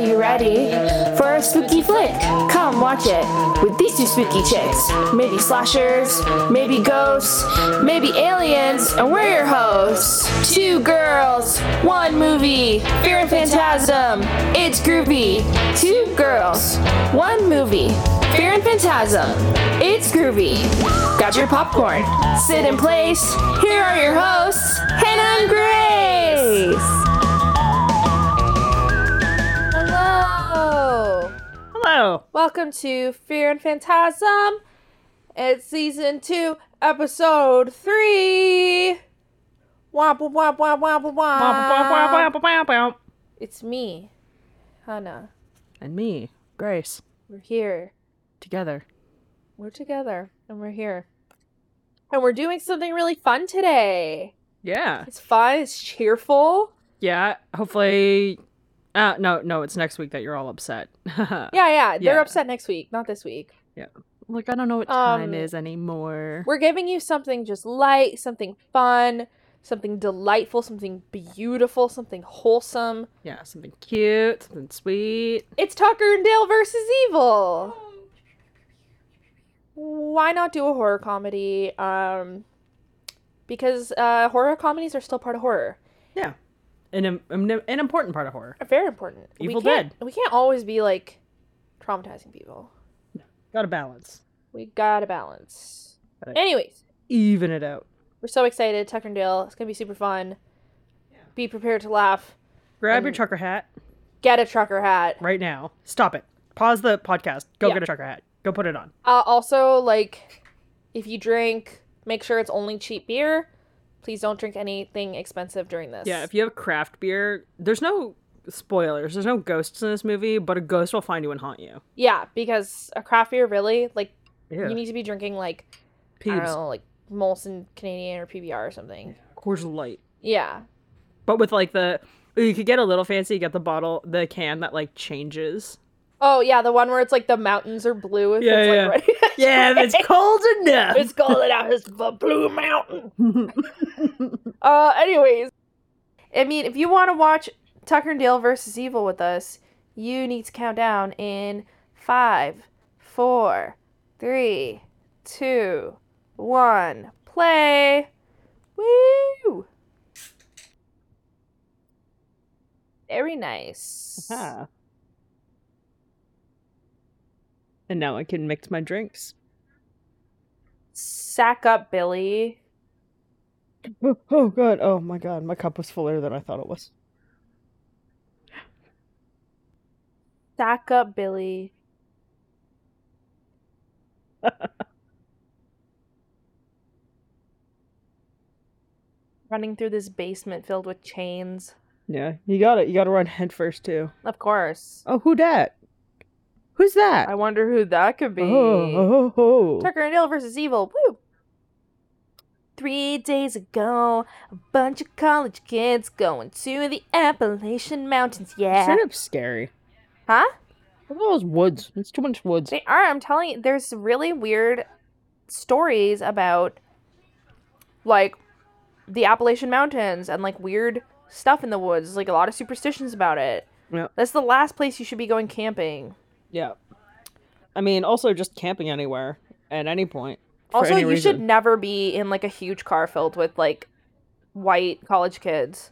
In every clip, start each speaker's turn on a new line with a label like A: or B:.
A: you ready for a spooky flick? Come watch it with these two spooky chicks. Maybe slashers, maybe ghosts, maybe aliens, and we're your hosts. Two girls, one movie, Fear and Phantasm. It's groovy. Two girls, one movie, Fear and Phantasm. It's groovy. Grab your popcorn, sit in place. Here are your hosts, Hannah and Grace. Hello.
B: Hello.
A: Welcome to Fear and Phantasm. It's season two, episode three. Womp womp womp womp womp womp. It's me, Hannah.
B: And me, Grace,
A: We're here.
B: together.
A: We're together, and we're here. And we're doing something really fun today.
B: Yeah.
A: It's fun. It's cheerful.
B: Yeah. Hopefully. Uh, no, no, it's next week that you're all upset.
A: Yeah, yeah. They're
B: Yeah.
A: upset next week, not this week.
B: Like, I don't know what time
A: Um,
B: is anymore.
A: We're giving you something just light, something fun, something delightful, something beautiful, something wholesome.
B: Yeah, something cute, something sweet.
A: It's Tucker and Dale versus Evil. Why not do a horror comedy? Um, because uh, horror comedies are still part of horror.
B: Yeah. An, im- an, an important part of horror.
A: Very important.
B: Evil
A: we can't,
B: Dead.
A: We can't always be like traumatizing people.
B: Gotta balance.
A: We gotta balance.
B: Right.
A: Anyways,
B: Even it out.
A: we're so excited. Tucker and Dale. It's gonna be super fun. Be prepared to laugh.
B: Grab your
A: And-
B: trucker hat
A: Get a trucker hat.
B: right now. Stop it. Pause the podcast. Go
A: Yeah.
B: get a trucker hat. Go put it on.
A: Uh, also, like, if you drink, make sure it's only cheap beer. Please don't drink anything expensive during this.
B: Yeah, if you have craft beer, there's no spoilers. There's no ghosts in this movie, but a ghost will find you and haunt you.
A: Yeah, because a craft beer really like
B: Yeah.
A: you need to be drinking like I don't
B: Peeves.
A: know, like Molson Canadian or PBR or something.
B: Coors Light.
A: Yeah.
B: But with like the you could get a little fancy, you get the bottle, the can that like changes.
A: Oh yeah, the one where it's like the mountains are blue. If
B: Yeah,
A: it's,
B: yeah.
A: Like, ready.
B: Yeah, it's cold enough.
A: it's called it out as the Blue Mountain. Uh, anyways, I mean, if you want to watch Tucker and Dale versus Evil with us, you need to count down in five, four, three, two, one, play. Woo! Very nice.
B: Ah. And now I can mix my drinks.
A: Sack up, Billy.
B: Oh, oh god, oh my god, my cup was fuller than I thought it was.
A: Sack up, Billy. Running through this basement filled with chains.
B: Yeah, you got it. You got to run head first too.
A: Of course.
B: Oh, who dat? Who's that?
A: I wonder who that could be.
B: Oh, oh, oh.
A: Tucker and Dale versus Evil. Woo! Three days ago, a bunch of college kids going to the Appalachian Mountains. Yeah.
B: Straight up scary.
A: Huh?
B: Look at all those woods. It's too much woods.
A: They are. I'm telling you, there's really weird stories about like the Appalachian Mountains and like weird stuff in the woods. Like a lot of superstitions about it.
B: Yeah.
A: That's the last place you should be going camping.
B: Yeah. I mean, also just camping anywhere at any point. for
A: also,
B: any
A: you
B: reason.
A: should never be in like a huge car filled with like white college kids.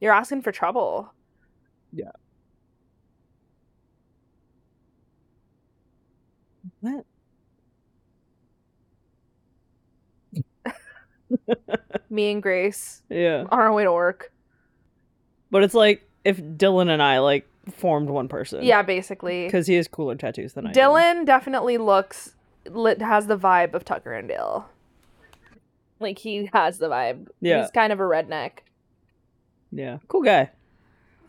A: You're asking for trouble.
B: Yeah. What?
A: Me and Grace
B: Yeah.
A: on our way to work.
B: But it's like if Dylan and I like formed one person.
A: Yeah, basically.
B: Because he has cooler tattoos than I. do.
A: Dylan definitely looks lit has the vibe of Tucker and Dale. Like he has the vibe.
B: Yeah.
A: He's kind of a redneck.
B: Yeah. Cool guy.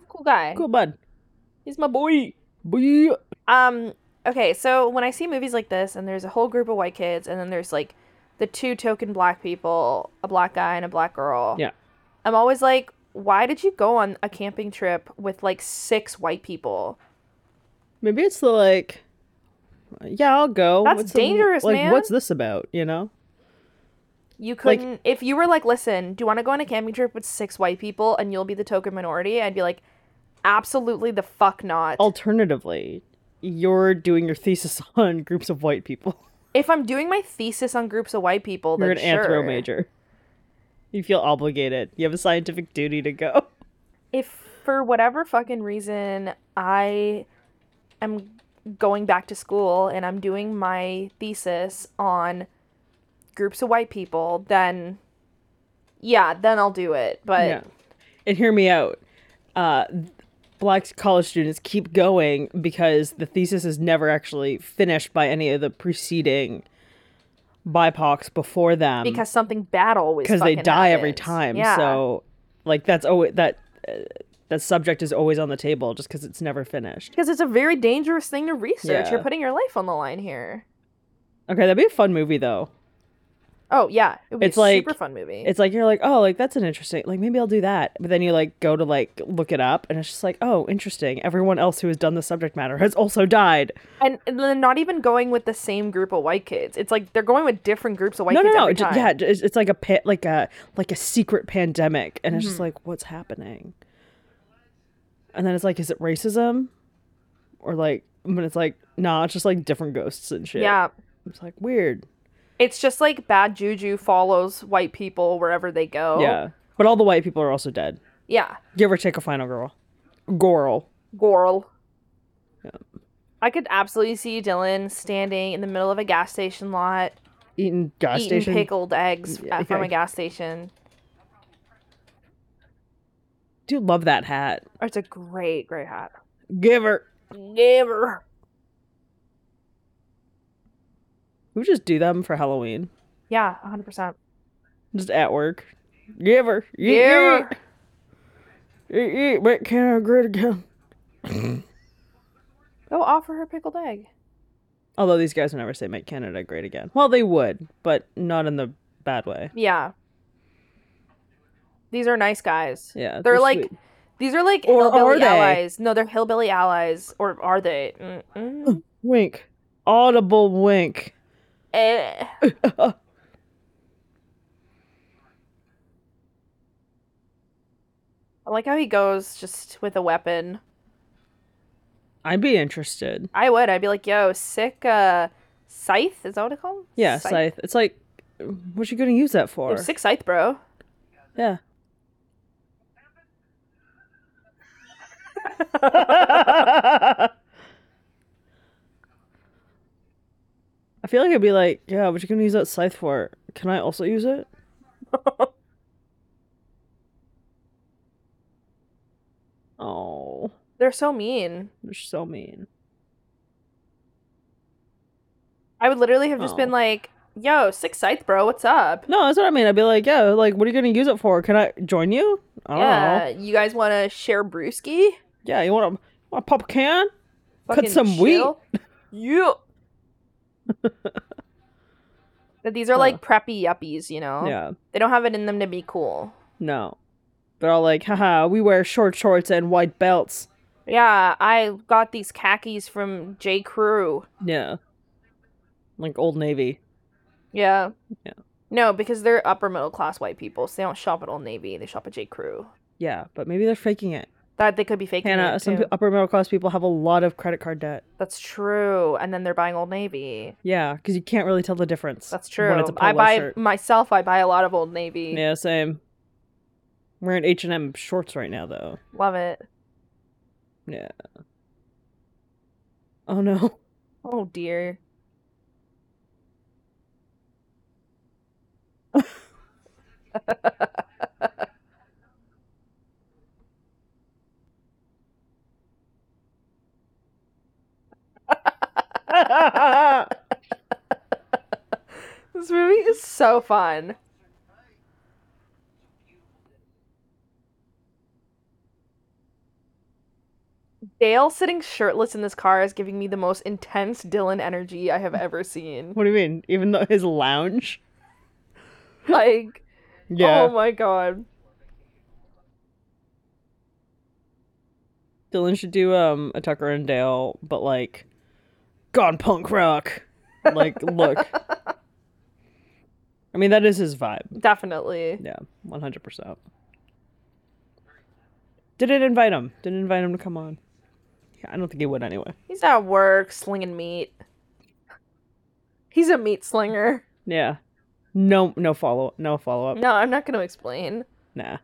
A: Cool guy.
B: Cool bud.
A: He's my boy.
B: Boy.
A: Um okay, so when I see movies like this and there's a whole group of white kids and then there's like the two token black people, a black guy and a black girl.
B: Yeah.
A: I'm always like, why did you go on a camping trip with like six white people?
B: Maybe it's the like. Yeah, I'll go.
A: That's
B: What's the-
A: dangerous,
B: like,
A: man.
B: what's this about? You know.
A: You
B: Like-
A: couldn't if you were like, listen, do you want to go on a camping trip with six white people and you'll be the token minority? I'd be like, Absolutely the fuck not.
B: Alternatively, you're doing your thesis on groups of white people.
A: if I'm doing my thesis on groups of white people,
B: You're
A: then
B: an
A: sure.
B: anthro major. You feel obligated. You have a scientific duty to go.
A: If for whatever fucking reason I am going back to school and I'm doing my thesis on groups of white people, then yeah, then I'll do it. But
B: Yeah. And hear me out. Uh, black college students keep going because the thesis is never actually finished by any of the preceding BIPOCs before them
A: because something bad always
B: because they
A: fucking
B: die every
A: happens.
B: time.
A: Yeah.
B: So, like, that's always that uh, that subject is always on the table just because it's never finished.
A: because it's a very dangerous thing to research.
B: Yeah.
A: You're putting your life on the line here.
B: Okay, that'd be a fun movie though.
A: Oh yeah, it would be
B: It's
A: a
B: like-
A: super fun movie.
B: It's like you're like, oh, like that's an interesting. Like maybe I'll do that, but then you like go to like look it up, and it's just like, oh, interesting. Everyone else who has done the subject matter has also died.
A: and, and they're not even going with the same group of white kids. It's like they're going with different groups of white
B: no, no,
A: kids.
B: no.
A: every
B: It ju-
A: time.
B: yeah, it's, it's like a pit, like a like a secret pandemic, and it's
A: Mm-hmm.
B: just like, what's happening? And then it's like, is it racism, or like? But it's like, nah, it's just like different ghosts and shit.
A: yeah.
B: it's like weird.
A: It's just like bad juju follows white people wherever they go.
B: Yeah, but all the white people are also dead.
A: yeah,
B: Give or take a final girl, girl.
A: Gorl. I could absolutely see Dylan standing in the middle of a gas station lot,
B: Eating gas
A: eating
B: station.
A: pickled eggs
B: Yeah,
A: at- from
B: yeah.
A: a gas station.
B: Dude, love that hat.
A: Oh, it's a great, great hat.
B: Give her.
A: Never.
B: We just do them for Halloween.
A: Yeah, hundred percent.
B: Just at work. Give her.
A: Yeah.
B: Eat, eat, but can I grit again?
A: Go offer her pickled egg.
B: Although these guys would never say make Canada great again. Well, they would, but not in the bad way.
A: Yeah. These are nice guys.
B: Yeah,
A: They're,
B: they're
A: like
B: sweet.
A: these are like
B: Or
A: hillbilly
B: are they?
A: allies. No, they're hillbilly allies. Or are they? Mm-mm.
B: Wink. Audible wink.
A: Eh. I like how he goes just with a weapon.
B: I'd be interested.
A: I would. I'd be like, yo, sick uh scythe, is that what it called?
B: Yeah,
A: Scythe.
B: scythe. It's like, what you gonna use that
A: Yo,
B: for?
A: sick scythe, bro.
B: Yeah. I feel like I'd be like, yeah, what you gonna use that scythe for? Can I also use it? oh,
A: They're so mean.
B: they're so mean.
A: I would literally have just been
B: Oh.
A: like, yo, sick scythe, bro, what's up?
B: No, that's what I mean. I'd be like, yeah, like, what are you gonna use it for? Can I join you? I don't know.
A: Yeah, you guys want to share brewski?
B: Yeah, you want to want to pop a can?
A: Fucking
B: some wheat.
A: chill. Yeah. But these are like preppy yuppies, you know.
B: Yeah.
A: They don't have it in them to be cool.
B: No. They're all like, haha, we wear short shorts and white belts.
A: Yeah, I got these khakis from J. Crew.
B: Yeah. Like Old Navy.
A: Yeah.
B: Yeah.
A: No, because they're upper middle class white people, so they don't shop at Old Navy. They shop at J. Crew.
B: Yeah, but maybe they're faking it.
A: That they could be faking
B: Hannah,
A: it
B: some uh
A: too.
B: pe- upper middle class people have a lot of credit card debt.
A: That's true. And then they're buying Old Navy.
B: Yeah, because you can't really tell the difference.
A: That's true.
B: When it's a polo
A: I buy
B: shirt.
A: myself. I buy a lot of Old Navy.
B: Yeah, same. We're in H and M shorts right now, though.
A: Love it.
B: Yeah. Oh no.
A: Oh dear. This movie is so fun. Dale sitting shirtless in this car is giving me the most intense Dylan energy I have ever seen.
B: what do you mean? Even though his lounge.
A: Like,
B: Yeah.
A: oh my god.
B: Dylan should do um a Tucker and Dale, but like gone punk rock. Like look. I mean that is his vibe.
A: Definitely.
B: Yeah, one hundred percent. Didn't invite him. Didn't invite him to come on. Yeah, I don't think he would anyway.
A: He's at work slinging meat. He's a meat slinger.
B: Yeah. No, no follow, no follow up.
A: No, I'm not going to explain.
B: Nah,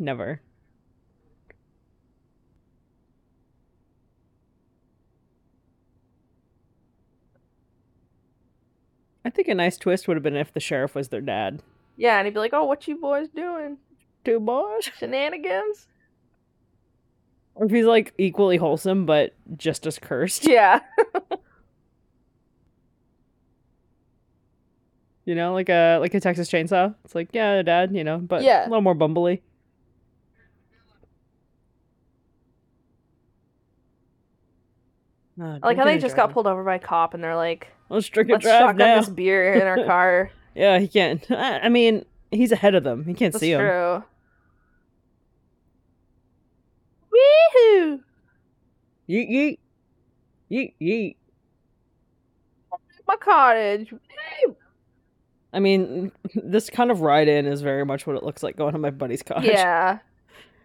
B: never. I think a nice twist would have been if the sheriff was their dad.
A: Yeah, and he'd be like, "Oh, what you boys doing?
B: Two boys.
A: Shenanigans?"
B: Or if he's like equally wholesome but just as cursed.
A: Yeah.
B: You know, like a like a Texas chainsaw. It's like, yeah, dad, you know, but
A: Yeah.
B: a little more bumbly.
A: I like how they just got pulled over by a cop and they're like,
B: Let's drink and
A: "Let's
B: drive
A: shotgun
B: now.
A: this beer in our car."
B: Yeah, he can't. I I mean, he's ahead of them. He can't
A: That's
B: see them.
A: true. Woohoo!
B: Yeet yeet, yeet yeet.
A: My cottage.
B: I mean, this kind of ride in is very much what it looks like going to my buddy's cottage.
A: Yeah,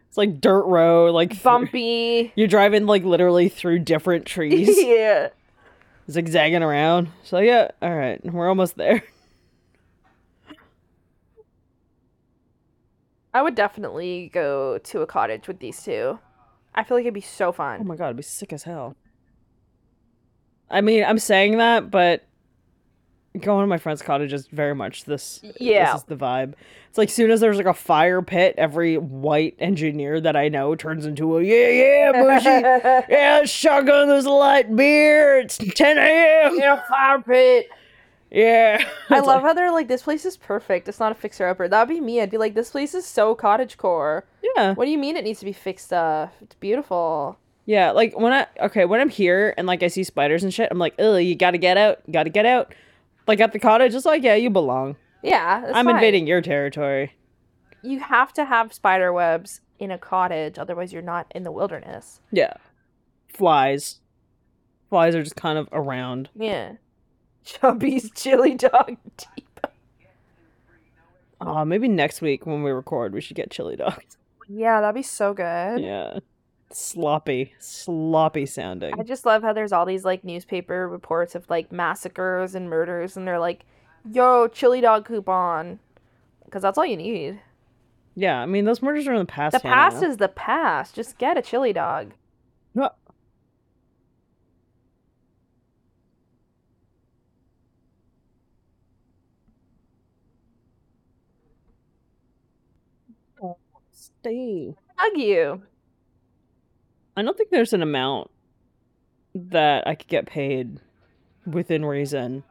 B: it's like dirt road, like through-
A: bumpy.
B: You're driving like literally through different trees.
A: yeah.
B: zigzagging around. So yeah, all right, we're almost there.
A: I would definitely go to a cottage with these two. I feel like it'd be so fun.
B: Oh my god, it'd be sick as hell. I mean, I'm saying that, but going to my friend's cottage is very much this.
A: Yeah.
B: this is the vibe. It's like soon as there's like a fire pit, every white engineer that I know turns into a yeah yeah bushy yeah let's shotgun this light beer. It's 10 a.m.
A: a fire pit.
B: Yeah,
A: I
B: It's
A: love how they're like, this place is perfect. It's not a fixer upper. That'd be me. I'd be like, this place is so cottage core.
B: like, yeah.
A: What do you mean it needs to be fixed up? It's beautiful.
B: Yeah, like when I okay, when I'm here and like I see spiders and shit, I'm like, oh, you gotta get out, gotta get out. Like at the cottage, it's like, yeah, you belong.
A: Yeah. that's
B: I'm
A: fine.
B: invading your territory.
A: You have to have spider webs in a cottage, otherwise you're not in the wilderness.
B: Yeah, flies, flies are just kind of around.
A: Yeah. Chubby's chili dog deep.
B: Uh, maybe next week when we record, we should get chili dogs.
A: Yeah, that'd be so good.
B: Yeah, sloppy, sloppy sounding.
A: I just love how there's all these like newspaper reports of like massacres and murders, and they're like, "Yo, chili dog coupon," because that's all you need.
B: Yeah, I mean those murders are in the past.
A: The
B: Hannah.
A: past is the past. Just get a chili dog.
B: No. Stay.
A: Hug you.
B: I don't think there's an amount that I could get paid within reason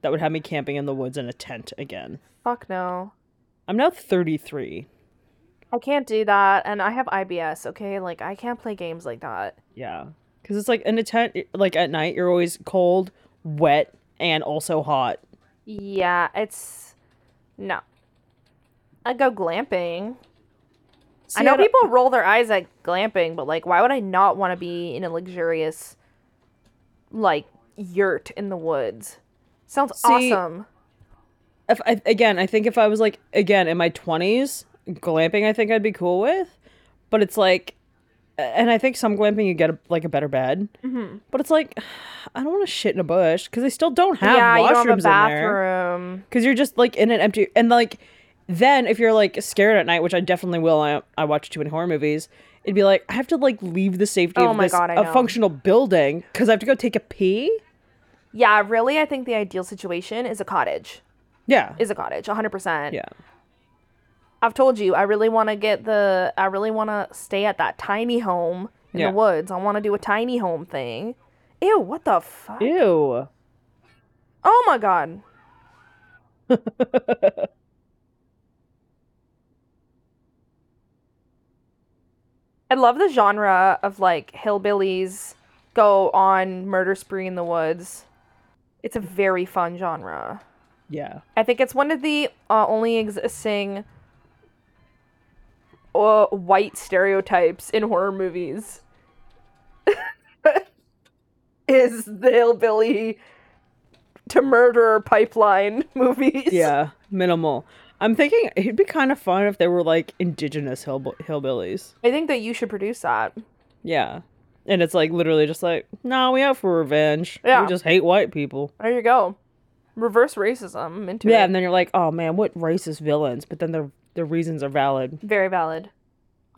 B: that would have me camping in the woods in a tent again.
A: Fuck no.
B: I'm now 33.
A: I can't do that, and I have IBS. Okay, like I can't play games like that.
B: Yeah. Cuz it's like in a tent it- like at night you're always cold, wet, and also hot.
A: Yeah, it's no. I go glamping. I know people roll their eyes at glamping, but like, why would I not want to be in a luxurious, like, yurt in the woods? Sounds
B: See-
A: awesome.
B: if I, again, I think if I was like again in my twenties, glamping, I think I'd be cool with. But it's like, and I think some glamping you get a, like a better bed. Mm-hmm. But it's like, I don't want to shit in a bush because they still don't have
A: yeah, you
B: washrooms
A: don't have a
B: in there.
A: bathroom.
B: Because you're just like in an empty and like, then if you're like scared at night, which I definitely will, I, I watch too many horror movies. It'd be like I have to like leave the safety
A: Oh
B: of
A: my
B: this
A: God, I
B: a
A: know.
B: functional building because I have to go take a pee.
A: Yeah, really, I think the ideal situation is a cottage.
B: Yeah,
A: Is a cottage, 100%.
B: yeah.
A: I've told you, I really want to get the, I really want to stay at that tiny home in
B: Yeah.
A: the woods. I want to do a tiny home thing. Ew, what the fuck?
B: Ew.
A: Oh my god. I love the genre of like hillbillies go on murder spree in the woods. It's a very fun genre.
B: Yeah.
A: I think it's one of the uh, only existing uh, white stereotypes in horror movies. is the hillbilly to murder pipeline movies?
B: Yeah, minimal. I'm thinking it'd be kind of fun if there were like indigenous hillb- hillbillies.
A: I think that you should produce that.
B: Yeah. And it's like literally just like, no, we out for revenge.
A: Yeah.
B: We just hate white people.
A: There you go. Reverse racism into
B: Yeah,
A: it.
B: and then you're like, oh man, what racist villains? But then their their reasons are valid.
A: Very valid.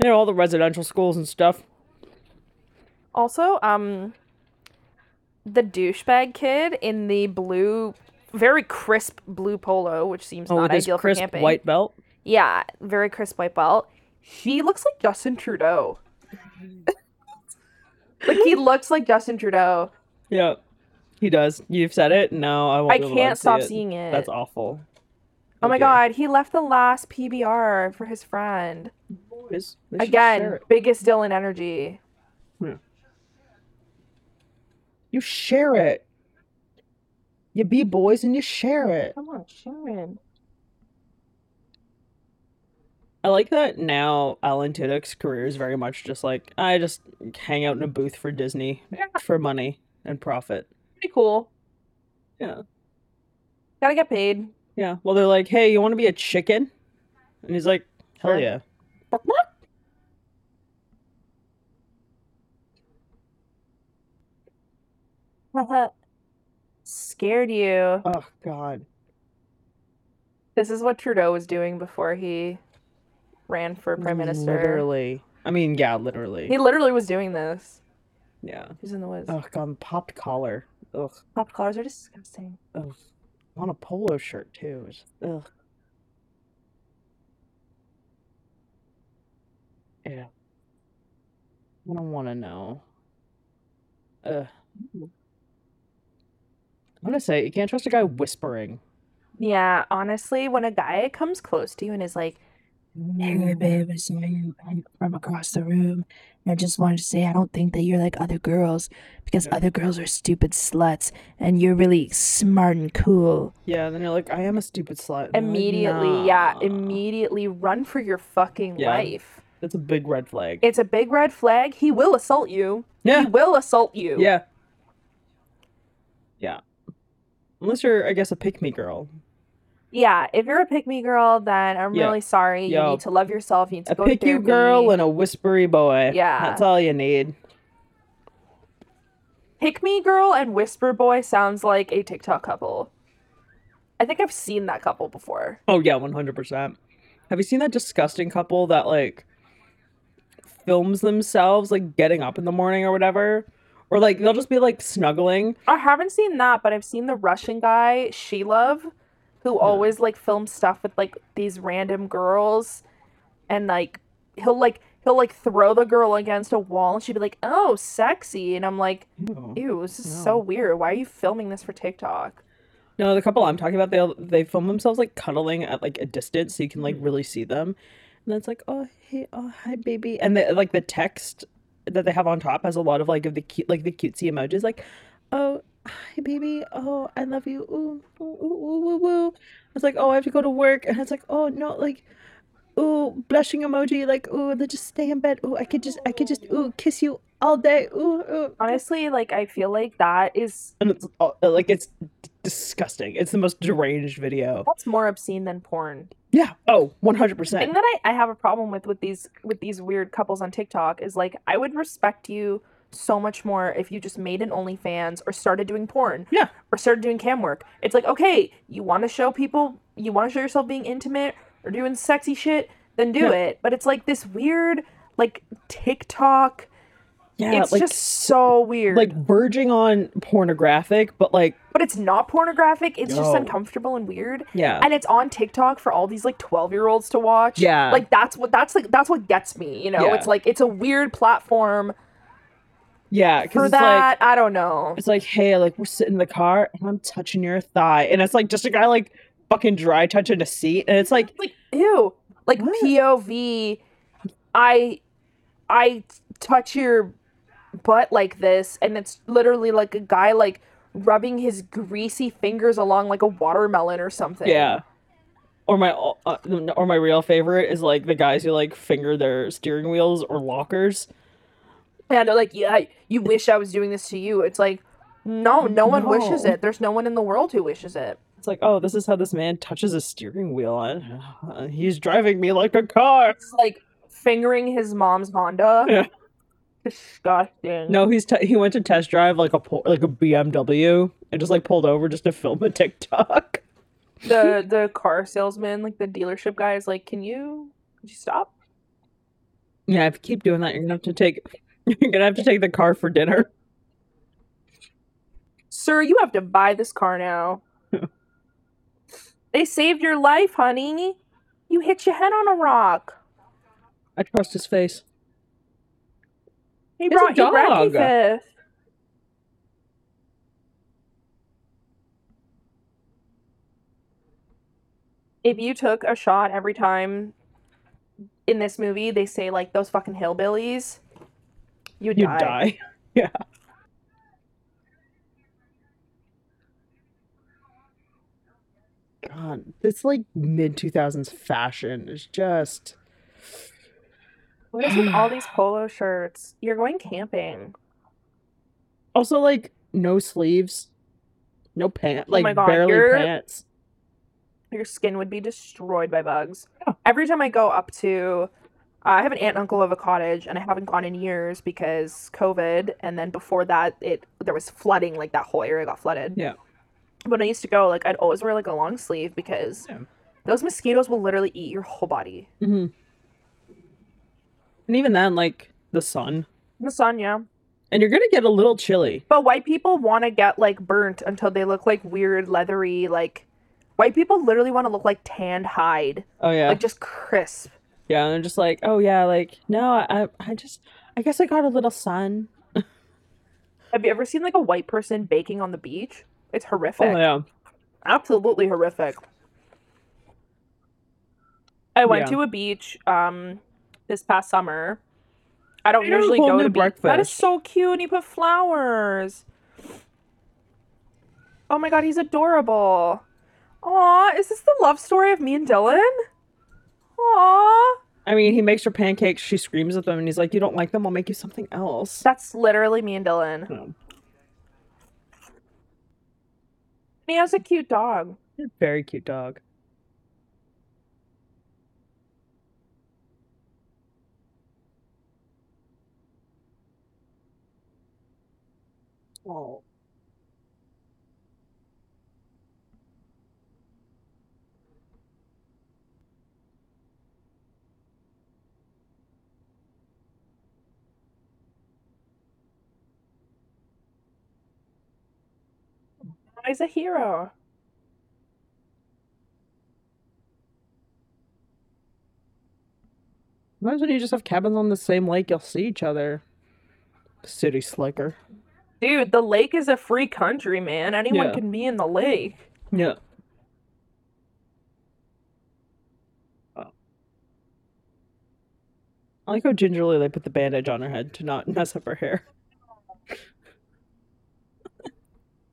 B: You know, all the residential schools and stuff.
A: Also, um, the douchebag kid in the blue, very crisp blue polo, which seems
B: Oh, with
A: not
B: this
A: ideal
B: crisp
A: for camping.
B: white belt.
A: Yeah, very crisp white belt. He looks like Justin Trudeau. like he looks like Justin Trudeau.
B: Yeah, he does. You've said it. No, I won't.
A: I
B: be able to
A: can't
B: unsee
A: stop
B: it.
A: seeing it.
B: That's awful.
A: Oh my
B: Okay.
A: god, he left the last PBR for his friend.
B: It's- they should share
A: Again,
B: it.
A: biggest Dylan energy.
B: you share it. You be boys and you share it.
A: Come on, Sharon.
B: I like that now Alan Tudyk's career is very much just like I just hang out in a booth for Disney
A: Yeah.
B: for money and profit.
A: Pretty cool.
B: Yeah.
A: Gotta get paid.
B: Yeah. Well, they're like, "Hey, you want to be a chicken?" And he's like, "Hell
A: Sure.
B: yeah."
A: Scared you.
B: Oh god.
A: This is what Trudeau was doing before he ran for prime minister.
B: Literally. I mean, yeah, literally.
A: He literally was doing this.
B: Yeah.
A: Who's in the whiz?
B: Oh god, popped collar. Ugh.
A: Pop collars are disgusting.
B: Ugh. On a polo shirt too. It's- Ugh. Yeah. I don't want to know. Ugh. I'm gonna say you can't trust a guy whispering.
A: Yeah, honestly, when a guy comes close to you and is like,
C: Hey, babe, I saw you right from across the room. And I just wanted to say, I don't think that you're like other girls because other girls are stupid sluts and you're really smart and cool.
B: Yeah, and then you're like, I am a stupid slut. and they're like,
A: immediately, yeah,
B: "Nah."
A: immediately run for your fucking
B: Yeah.
A: life.
B: That's a big red flag.
A: It's a big red flag. He will assault you.
B: yeah.
A: He will assault you.
B: Yeah. Yeah. Unless you're, I guess, a pick me girl.
A: Yeah, if you're a pick me girl, then I'm
B: Yeah.
A: really sorry. You
B: Yo.
A: need to love yourself. You need to
B: A
A: go to
B: pick you girl
A: therapy.
B: and a whispery boy.
A: Yeah.
B: That's all you need.
A: Pick me girl and whisper boy sounds like a TikTok couple. I think I've seen that couple before.
B: Oh, yeah, 100%. Have you seen that disgusting couple that, like, films themselves, like, getting up in the morning or whatever? Or, like, they'll just be, like, snuggling.
A: I haven't seen that, but I've seen the Russian guy, She Love, who always like films stuff with like these random girls and like he'll like he'll like throw the girl against a wall and she'd be like, "Oh, sexy." And I'm like, "Ew, this is so weird. Why are you filming this for TikTok?"
B: No, the couple I'm talking about, they'll they film themselves like cuddling at like a distance so you can like really see them. And it's like, oh hey, oh hi baby. And the like the text that they have on top has a lot of like of the cute like the cutesy emojis like, oh hi baby, oh I love you, ooh, ooh, ooh, ooh, ooh, ooh. It's like, oh I have to go to work and it's like, oh no, like ooh, blushing emoji, like, ooh, let's just stay in bed. Ooh, I could just I could just ooh kiss you all day. Ooh, ooh.
A: Honestly, like I feel like that is
B: And it's all- like it's disgusting. It's the most deranged video.
A: that's more obscene than porn.
B: Yeah. Oh, 100%.
A: The thing that I, I have a problem with with these with these weird couples on TikTok is like I would respect you so much more if you just made an OnlyFans or started doing porn.
B: Yeah.
A: Or started doing cam work. It's like, okay, you want to show people, you want to show yourself being intimate or doing sexy shit, then do
B: Yeah.
A: it. But it's like this weird, like TikTok.
B: yeah,
A: it's
B: like
A: just so weird.
B: like verging on pornographic, but like
A: but it's not pornographic. It's just
B: No.
A: uncomfortable and weird.
B: yeah.
A: and it's on TikTok for all these like 12 year olds to watch.
B: Yeah.
A: Like that's what that's like that's what gets me, you know.
B: Yeah.
A: It's like it's a weird platform
B: yeah, cuz
A: for
B: it's like
A: that. I don't know.
B: it's like, "Hey, like we're sitting in the car and I'm touching your thigh." And it's like just a guy like fucking dry touching a seat and it's like
A: Like ew. Like
B: What?
A: POV I I touch your butt like this and it's literally like a guy like rubbing his greasy fingers along like a watermelon or something.
B: yeah. Or my uh, or my real favorite is like the guys who like finger their steering wheels or lockers.
A: And they're like, yeah, you wish I was doing this to you. It's like, No, no one wishes
B: No.
A: it. There's no one in the world who wishes it.
B: It's like, oh, this is how this man touches a steering wheel. and uh, He's driving me like a car.
A: It's like fingering his mom's Honda.
B: Yeah.
A: Disgusting.
B: No, he's t- he went to test drive like a Pol- like a BMW and just like pulled over just to film a TikTok.
A: The the car salesman, like the dealership guy, is like, "Can you, could you stop?"
B: Yeah, if you keep doing that, you're gonna have to take you're gonna have to take the car for dinner.
A: Sir, you have to buy this car now. they saved your life, honey. You hit your head on a rock.
B: I trust his face.
A: He
B: He's a
A: brought uh, you
B: dog.
A: Rocky fifth. If you took a shot every time in this movie, they say like those fucking hillbillies, you'd
B: You
A: die.
B: die. Yeah. God, this like mid two thousands fashion is just
A: What is with all these polo shirts? You're going camping.
B: also like no sleeves, no pants,
A: Oh
B: like
A: my God,
B: barely
A: you're-
B: pants.
A: Your skin would be destroyed by bugs.
B: Oh.
A: Every time I go up to, uh, I have an aunt and uncle of a cottage, and I haven't gone in years because COVID. And then before that, it there was flooding. Like that whole area got flooded.
B: Yeah.
A: When I used to go, like I'd always wear like a long sleeve because
B: Yeah.
A: those mosquitoes will literally eat your whole body.
B: hmm And even then, like the sun,
A: The sun, yeah.
B: and you're gonna get a little chilly.
A: But white people want to get like burnt until they look like weird, leathery. Like white people literally want to look like tanned hide,
B: Oh yeah,
A: like just crisp.
B: yeah. And I'm just like, oh yeah, like no, I, I just, I guess I got a little sun.
A: Have you ever seen like a white person baking on the beach? It's horrific.
B: Oh yeah,
A: Absolutely horrific. I went
B: Yeah.
A: to a beach um this past summer. I don't
B: They don't
A: usually
B: hold
A: go
B: no
A: to breakfast. That is
B: breakfast.
A: so cute. And he put flowers. Oh my god, he's adorable. Aw, is this the love story of me and Dylan? Aw.
B: I mean, he makes her pancakes. She screams at them, and he's like, "You don't like them? I'll make you something else."
A: That's literally me and Dylan. And
B: Yeah.
A: he has a cute dog.
B: Very cute dog. Oh.
A: He's a hero.
B: Sometimes when you just have cabins on the same lake, you'll see each other. City slicker.
A: Dude, the lake is a free country, man. Anyone
B: Yeah.
A: can be in the lake.
B: Yeah. I like how gingerly they put the bandage on her head to not mess up her hair.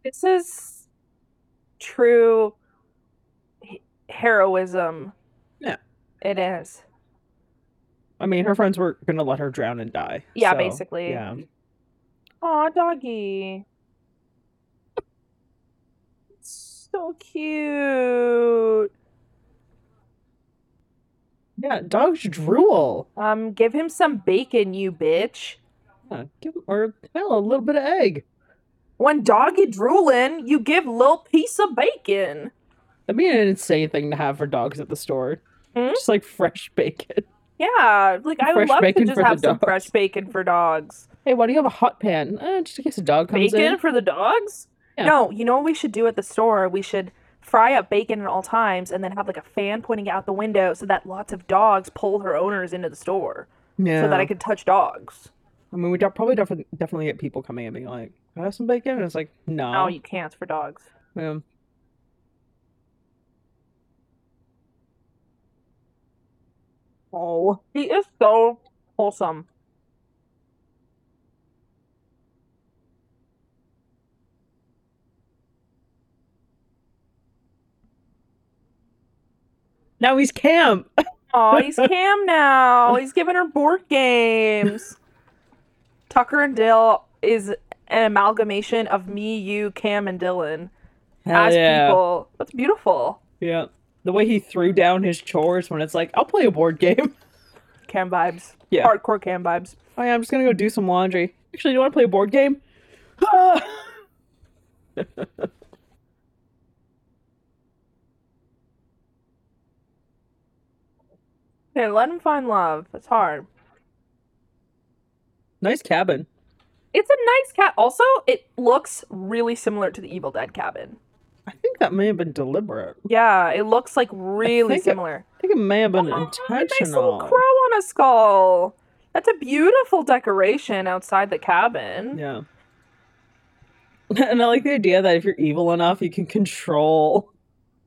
A: This is true he- heroism.
B: Yeah.
A: It is.
B: I mean, her friends were gonna let her drown and die.
A: Yeah,
B: so,
A: basically.
B: Yeah.
A: Aw, doggy. So cute.
B: Yeah, dogs drool.
A: Um, give him some bacon, you bitch.
B: Yeah, give or hell, a little bit of egg.
A: When doggy drooling, you give little piece of bacon.
B: That'd be an insane thing to have for dogs at the store.
A: Hmm?
B: Just like fresh bacon.
A: Yeah, like I would
B: Fresh
A: love to
B: bacon
A: just
B: for the
A: have some
B: dogs.
A: fresh bacon for dogs.
B: Hey, why do you have a hot pan? Uh, just in case a dog comes
A: bacon
B: in.
A: for the dogs?
B: Yeah.
A: No, you know what we should do at the store? We should fry up bacon at all times and then have like a fan pointing out the window so that lots of dogs pull their owners into the store
B: Yeah.
A: so that I could touch dogs.
B: I mean, we de- probably defi- definitely get people coming and being like, "Can I have some bacon?" And it's like, "No."
A: Oh, you can't it's for dogs.
B: Yeah.
A: Oh. He is so wholesome.
B: Now he's camp.
A: Oh, he's Cam now. He's giving her board games. Tucker and Dale is an amalgamation of me, you, Cam, and Dylan
B: Hell
A: as
B: yeah.
A: people. That's beautiful.
B: Yeah. The way he threw down his chores when it's like, I'll play a board game.
A: Cam vibes.
B: Yeah.
A: Hardcore Cam vibes.
B: Oh yeah, I'm just gonna go do some laundry. Actually, do you want to play a board game? Ah!
A: Yeah, let him find love. It's hard.
B: nice cabin.
A: It's a nice cat. Also, it looks really similar to the Evil Dead cabin.
B: I think that may have been deliberate.
A: Yeah, it looks like really
B: think it-
A: similar.
B: I think it may have been
A: Oh,
B: intentional.
A: Nice little crow on a skull. That's a beautiful decoration outside the cabin.
B: Yeah. And I like the idea that if you're evil enough, you can control,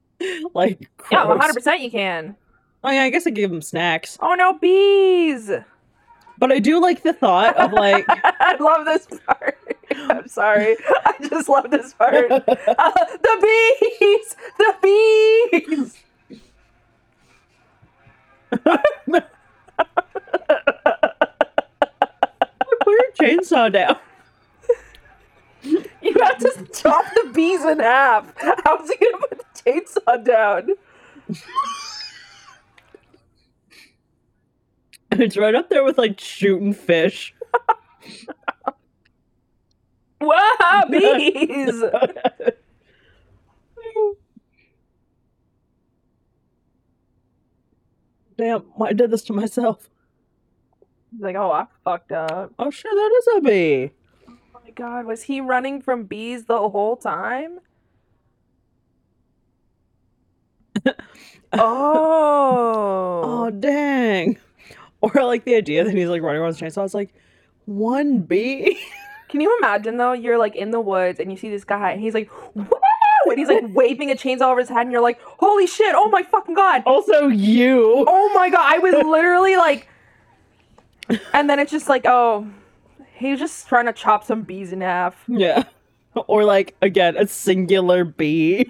B: like,
A: Yeah,
B: crows.
A: 100% you can.
B: Oh yeah, I guess I give them snacks.
A: Oh no, bees!
B: But I do like the thought of like,
A: I love this part. I'm sorry. I just love this part. Uh, the bees! The bees!
B: put your chainsaw down.
A: You have to chop the bees in half. How's he gonna put the chainsaw down?
B: And it's right up there with like shooting fish.
A: Wow, bees!
B: Damn, I did this to myself.
A: He's like, oh, I fucked up.
B: Oh sure, that is a bee.
A: Oh my god, was he running from bees the whole time?
B: Oh
A: oh.
B: dang. Or I like the idea that he's like running around with his chainsaw. It's like one bee.
A: Can you imagine though? You're like in the woods and you see this guy and he's like, woo! And he's like waving a chainsaw over his head and you're like, holy shit, oh my fucking god.
B: Also you.
A: Oh my god, I was literally like. And then it's just like, oh, he's just trying to chop some bees in half.
B: Yeah. Or like again, a singular bee.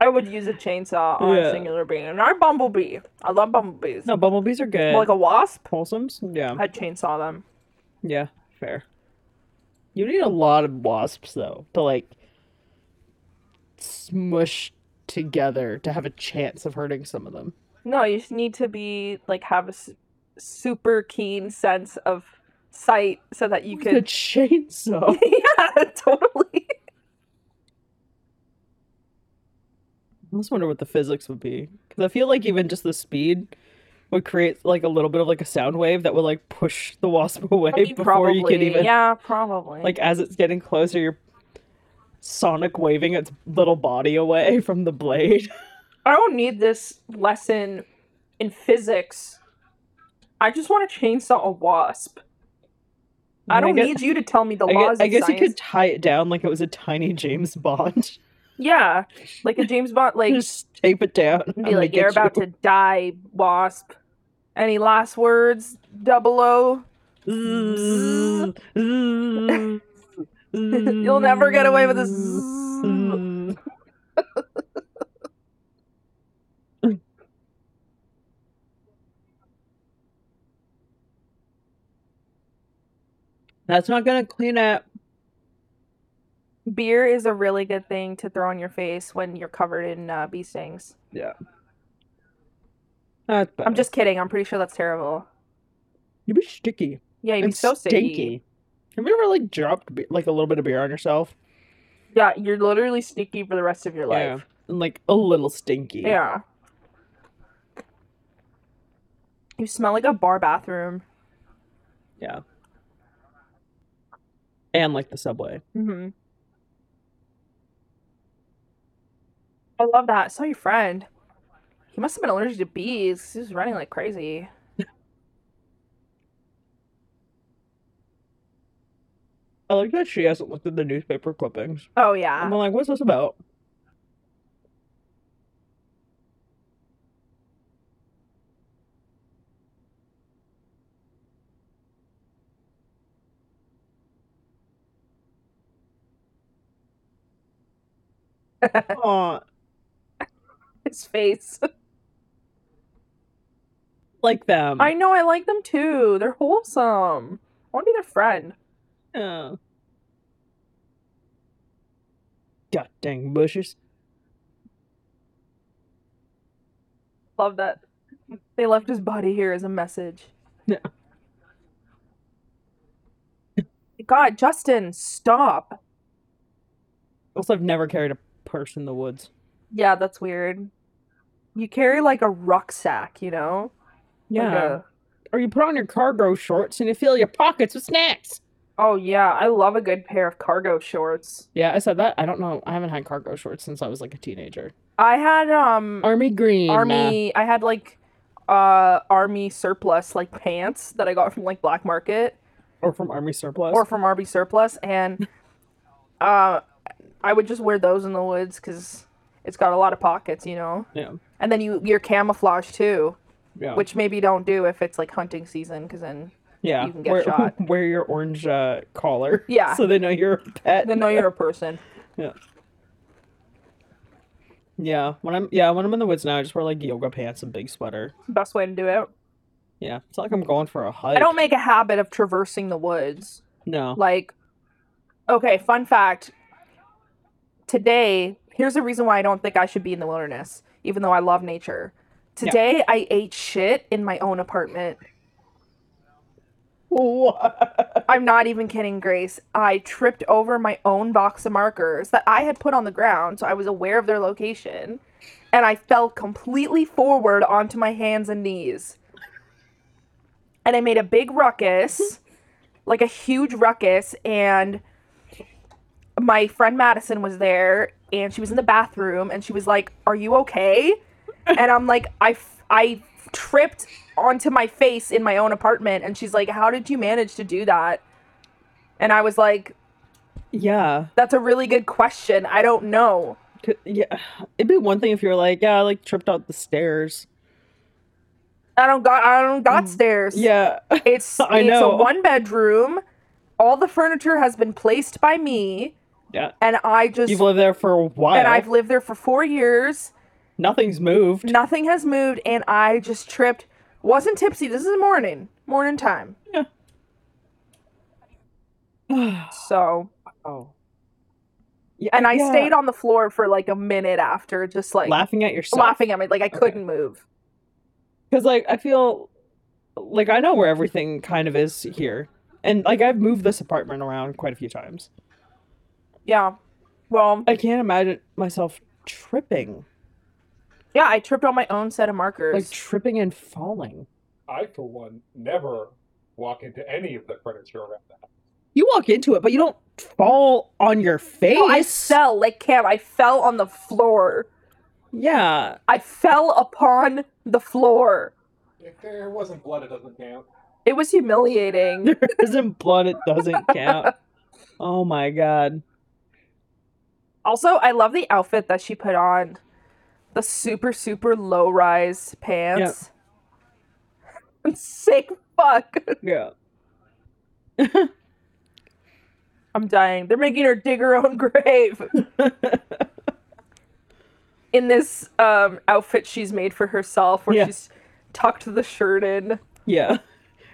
A: I would use a chainsaw on
B: Yeah.
A: a singular bee. And our bumblebee. I love bumblebees.
B: No, bumblebees are good.
A: Like a wasp,
B: wholesomes? Yeah.
A: I'd chainsaw them.
B: Yeah, fair. You need a lot of wasps though to like smush together to have a chance of hurting some of them.
A: No, you just need to be like have a s- super keen sense of sight so that you
B: The
A: could.
B: chainsaw.
A: yeah, totally.
B: I just wonder what the physics would be because I feel like even just the speed would create like a little bit of like a sound wave that would like push the wasp away
A: I mean,
B: before you could even
A: Yeah, probably.
B: like as it's getting closer, you're sonic waving its little body away from the blade.
A: I don't need this lesson in physics. I just want to chainsaw a wasp. I
B: And
A: don't
B: get-
A: need you to tell me the
B: I
A: laws
B: guess, I
A: of
B: guess you
A: science.
B: could tie it down like it was a tiny James Bond.
A: Yeah, like a James Bond, like
B: just tape it down. I'm
A: be
B: gonna
A: like, "You're
B: get
A: about to die, wasp." Any last words? Double O.
B: you."
A: You'll never get away with this.
B: That's not gonna clean up.
A: Beer is a really good thing to throw on your face when you're covered in uh, bee stings.
B: That's
A: I'm
B: better.
A: just kidding. I'm pretty sure that's terrible.
B: You'd be sticky.
A: Yeah, you'd be
B: and
A: so
B: stinky.
A: sticky.
B: Have you ever like dropped be- like a little bit of beer on yourself?
A: Yeah, you're literally stinky for the rest of your life.
B: And like a little stinky.
A: Yeah. You smell like a bar bathroom.
B: Yeah. And like the subway.
A: hmm I love that. I saw your friend. He must have been allergic to bees. 'cause He was running like crazy.
B: I like that she hasn't looked at the newspaper clippings.
A: Oh
B: I'm
A: yeah.
B: like, what's this about? Aw,
A: His face.
B: like them.
A: I know. I like them too. They're wholesome. I want to be their friend.
B: Yeah, Oh. God dang bushes.
A: Love that. They left his body here as a message.
B: Yeah.
A: God, Justin, stop.
B: Also, I've never carried a purse in the woods.
A: Yeah, that's weird. You carry like a rucksack, you know? Like a-
B: uh, or you put on your cargo shorts and you fill your pockets with snacks.
A: oh, yeah. I love a good pair of cargo shorts.
B: Yeah, I said that. I don't know. I haven't had cargo shorts since I was like a teenager.
A: I had, um,
B: Army green.
A: army i had like uh army surplus like pants that i got from like black market
B: Or from Army surplus.
A: or from army surplus and uh i would just wear those in the woods because it's got a lot of pockets you know
B: yeah.
A: and then you your camouflage too
B: Yeah.
A: which maybe don't do if it's like hunting season because then
B: yeah.
A: you can get
B: wear,
A: shot.
B: wear your orange uh, collar.
A: Yeah.
B: So they know you're a pet.
A: they know you're a person
B: Yeah. Yeah. When I'm yeah, when I'm in the woods now, I just wear like yoga pants and big sweater.
A: best way to do it
B: Yeah. It's not like I'm going for a hike.
A: i don't make a habit of traversing the woods
B: No.
A: Like, okay, fun fact. Today, here's the reason why I don't think I should be in the wilderness, even though I love nature.
B: Yeah.
A: Today, I ate shit in my own apartment.
B: What?
A: I'm not even kidding, Grace. I tripped over my own box of markers that I had put on the ground, so I was aware of their location, and I fell completely forward onto my hands and knees. And I made a big ruckus, like a huge ruckus, and my friend Madison was there, and she was in the bathroom, and she was like, "Are you okay?" And I'm like, "I f- I tripped onto my face in my own apartment." And she's like, "How did you manage to do that?" And I was like,
B: Yeah.
A: "That's a really good question. I don't know."
B: 'Cause- Yeah. It'd be one thing if you were like, yeah, I like tripped out the stairs.
A: I don't got I don't got stairs.
B: Mm. Yeah.
A: It's
B: I
A: it's
B: know.
A: a one bedroom. All the furniture has been placed by me
B: Yeah.
A: and I just
B: You've lived there for a while.
A: and I've lived there for 4 years.
B: Nothing's moved.
A: Nothing has moved and I just tripped. Wasn't tipsy. This is morning. Morning time. So,
B: oh. Yeah,
A: and I
B: yeah.
A: stayed on the floor for like a minute after just like
B: laughing at yourself.
A: laughing at me like I couldn't move.
B: Because like I feel like I know where everything kind of is here. And like I've moved this apartment around quite a few times.
A: Yeah. Well,
B: I can't imagine myself tripping.
A: yeah, I tripped on my own set of markers.
B: Like tripping and falling.
D: I, for one, never walk into any of the furniture around the house.
B: You walk into it, but you don't fall on your face.
A: No, I fell like Cam. I fell on the floor.
B: yeah.
A: I fell upon the floor.
D: If there wasn't blood, it doesn't count.
A: It was humiliating.
B: There isn't blood, it doesn't count. oh my god.
A: also, I love the outfit that she put on. The super super low rise pants. Sick fuck.
B: Yeah.
A: I'm dying. They're making her dig her own grave. in this um, outfit she's made for herself, where
B: Yeah.
A: she's tucked the shirt in.
B: Yeah.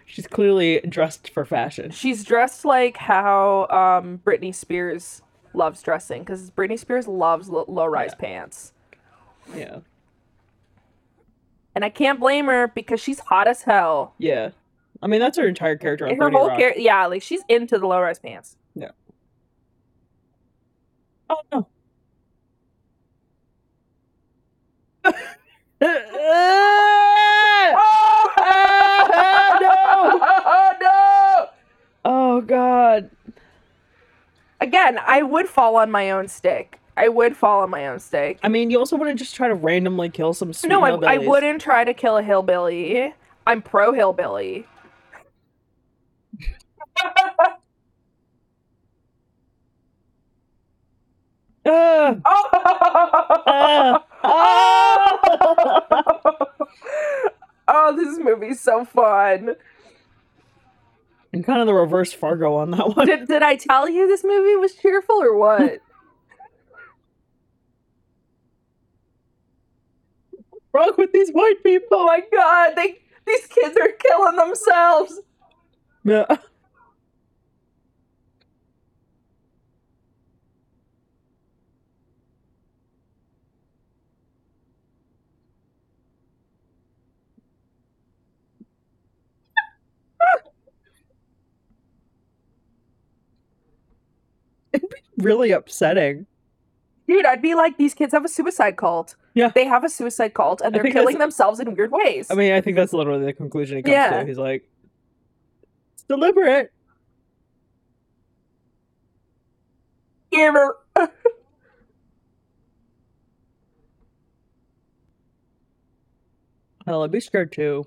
B: She's clearly dressed for fashion.
A: She's dressed like how um, Britney Spears loves dressing, because Britney Spears loves lo- low rise pants.
B: Yeah.
A: And I can't blame her because she's hot as hell.
B: Yeah. I mean that's her entire character. on
A: And her
B: 30
A: whole
B: Rock.
A: char- yeah, like she's into the low rise pants.
B: Oh no. oh no!
A: Oh,
B: Oh god.
A: no! Again, I would fall on my own stick. I would fall on my own stick.
B: I mean, you also wouldn't just try to randomly kill some sweet
A: No, I, I
B: hillbillies.
A: wouldn't try to kill a hillbilly. I'm pro hillbilly.
B: Ah, ah, ah.
A: Oh, this movie's so fun.
B: and kind of the reverse Fargo on that one.
A: Did, did I tell you this movie was cheerful or what?
B: Wrong with these white
A: oh
B: people.
A: my god, they these kids are killing themselves.
B: Yeah. really upsetting.
A: Dude, I'd be like, these kids have a suicide cult.
B: Yeah.
A: They have a suicide cult and
B: I
A: they're
B: think
A: killing
B: that's-
A: themselves in weird ways.
B: I mean, I think that's literally the conclusion he comes
A: Yeah.
B: to. He's like, it's deliberate.
A: Ever-
B: Hell, I'd be scared too.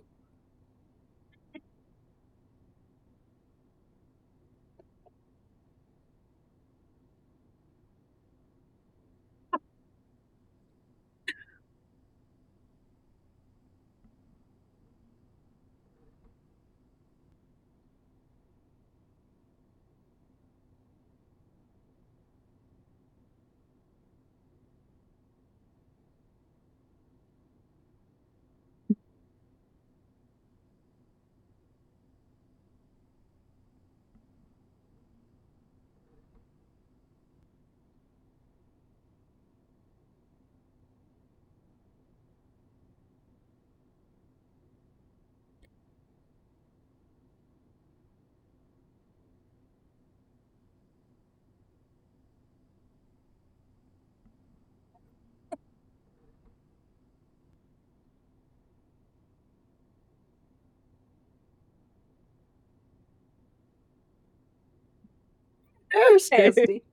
B: They're scared.
A: Nasty.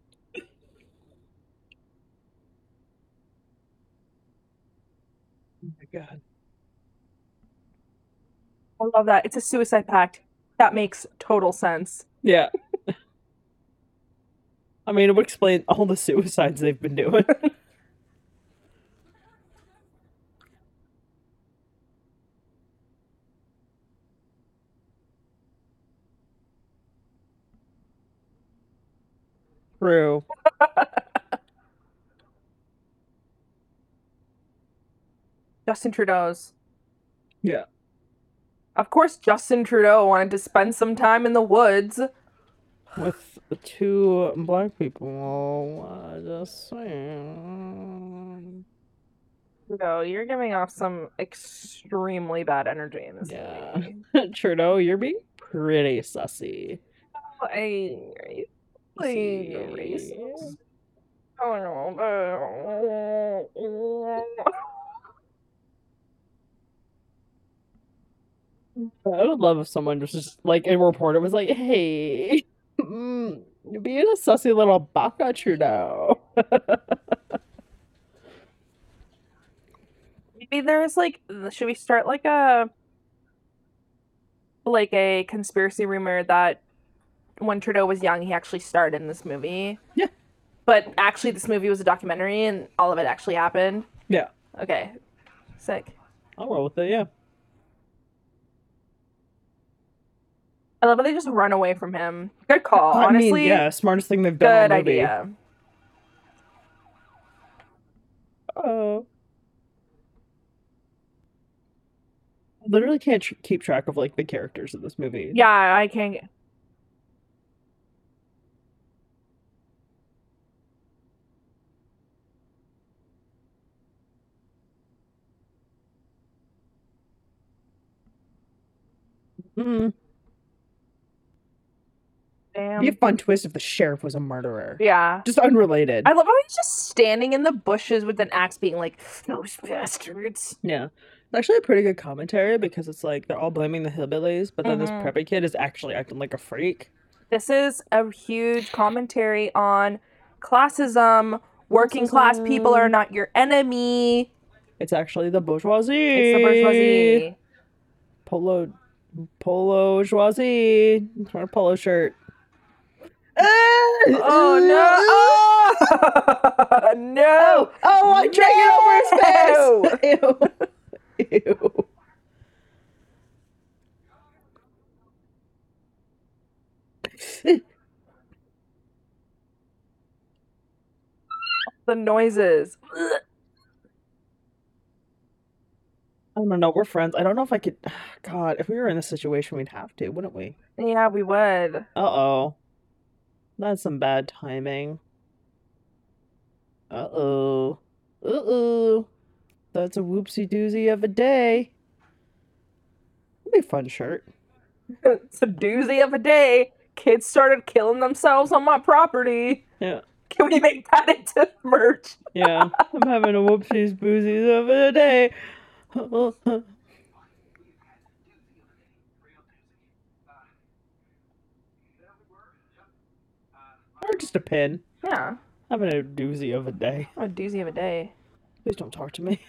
B: Oh my God.
A: I love that. It's a suicide pact. That makes total sense.
B: Yeah. I mean, it would explain all the suicides they've been doing. True.
A: Justin Trudeau's.
B: Yeah.
A: Of course, Justin Trudeau wanted to spend some time in the woods.
B: With the two black people, I just saying.
A: Trudeau, you're giving off some extremely bad energy in this
B: Yeah.
A: movie.
B: Trudeau, you're being pretty sussy.
A: I,
B: Sussy. I would love if someone was just like a reporter was like, "Hey, mm, you're being a sussy little baka Trudeau."
A: Maybe there's like, should we start like a like a conspiracy rumor that when Trudeau was young, he actually starred in this movie.
B: Yeah.
A: But actually, this movie was a documentary, and all of it actually happened.
B: Yeah.
A: Okay. Sick.
B: I'll roll with it. Yeah,
A: I love how they just run away from him. Good call.
B: I mean,
A: Uh, Honestly,
B: yeah, smartest thing they've done.
A: good
B: all movie.
A: idea.
B: Oh. I Literally can't tr- keep track of like the characters of this movie.
A: Yeah, I can. not
B: Mm,
A: Damn.
B: it'd be a fun twist if the sheriff was a murderer.
A: Yeah.
B: Just unrelated.
A: I love how he's just standing in the bushes with an axe, being like, "Those bastards."
B: Yeah. It's actually a pretty good commentary because it's like they're all blaming the hillbillies, but then this
A: Mhm.
B: preppy kid is actually acting like a freak.
A: This is a huge commentary on classism. Working class people are
B: Classism.
A: not your enemy.
B: It's actually the bourgeoisie.
A: It's the bourgeoisie.
B: Polo, polo bourgeoisie. It's wearing a polo shirt.
A: Oh no! Oh, no!
B: Oh, I dragged it over his face. Ew. Ew.
A: The noises.
B: I don't know. We're friends. I don't know if I could. God, if we were in this situation, we'd have to, wouldn't we?
A: Yeah, we would.
B: Uh oh. That's some bad timing. Uh oh. Uh oh. That's a whoopsie doozy of a day. That'd be a fun shirt.
A: it's a doozy of a day. Kids started killing themselves on my property.
B: Yeah.
A: Can we make that into merch?
B: Yeah, I'm having a whoopsies boozies of the day. or just a pin.
A: Yeah.
B: Having a doozy of a day.
A: A doozy of a day.
B: Please don't talk to me.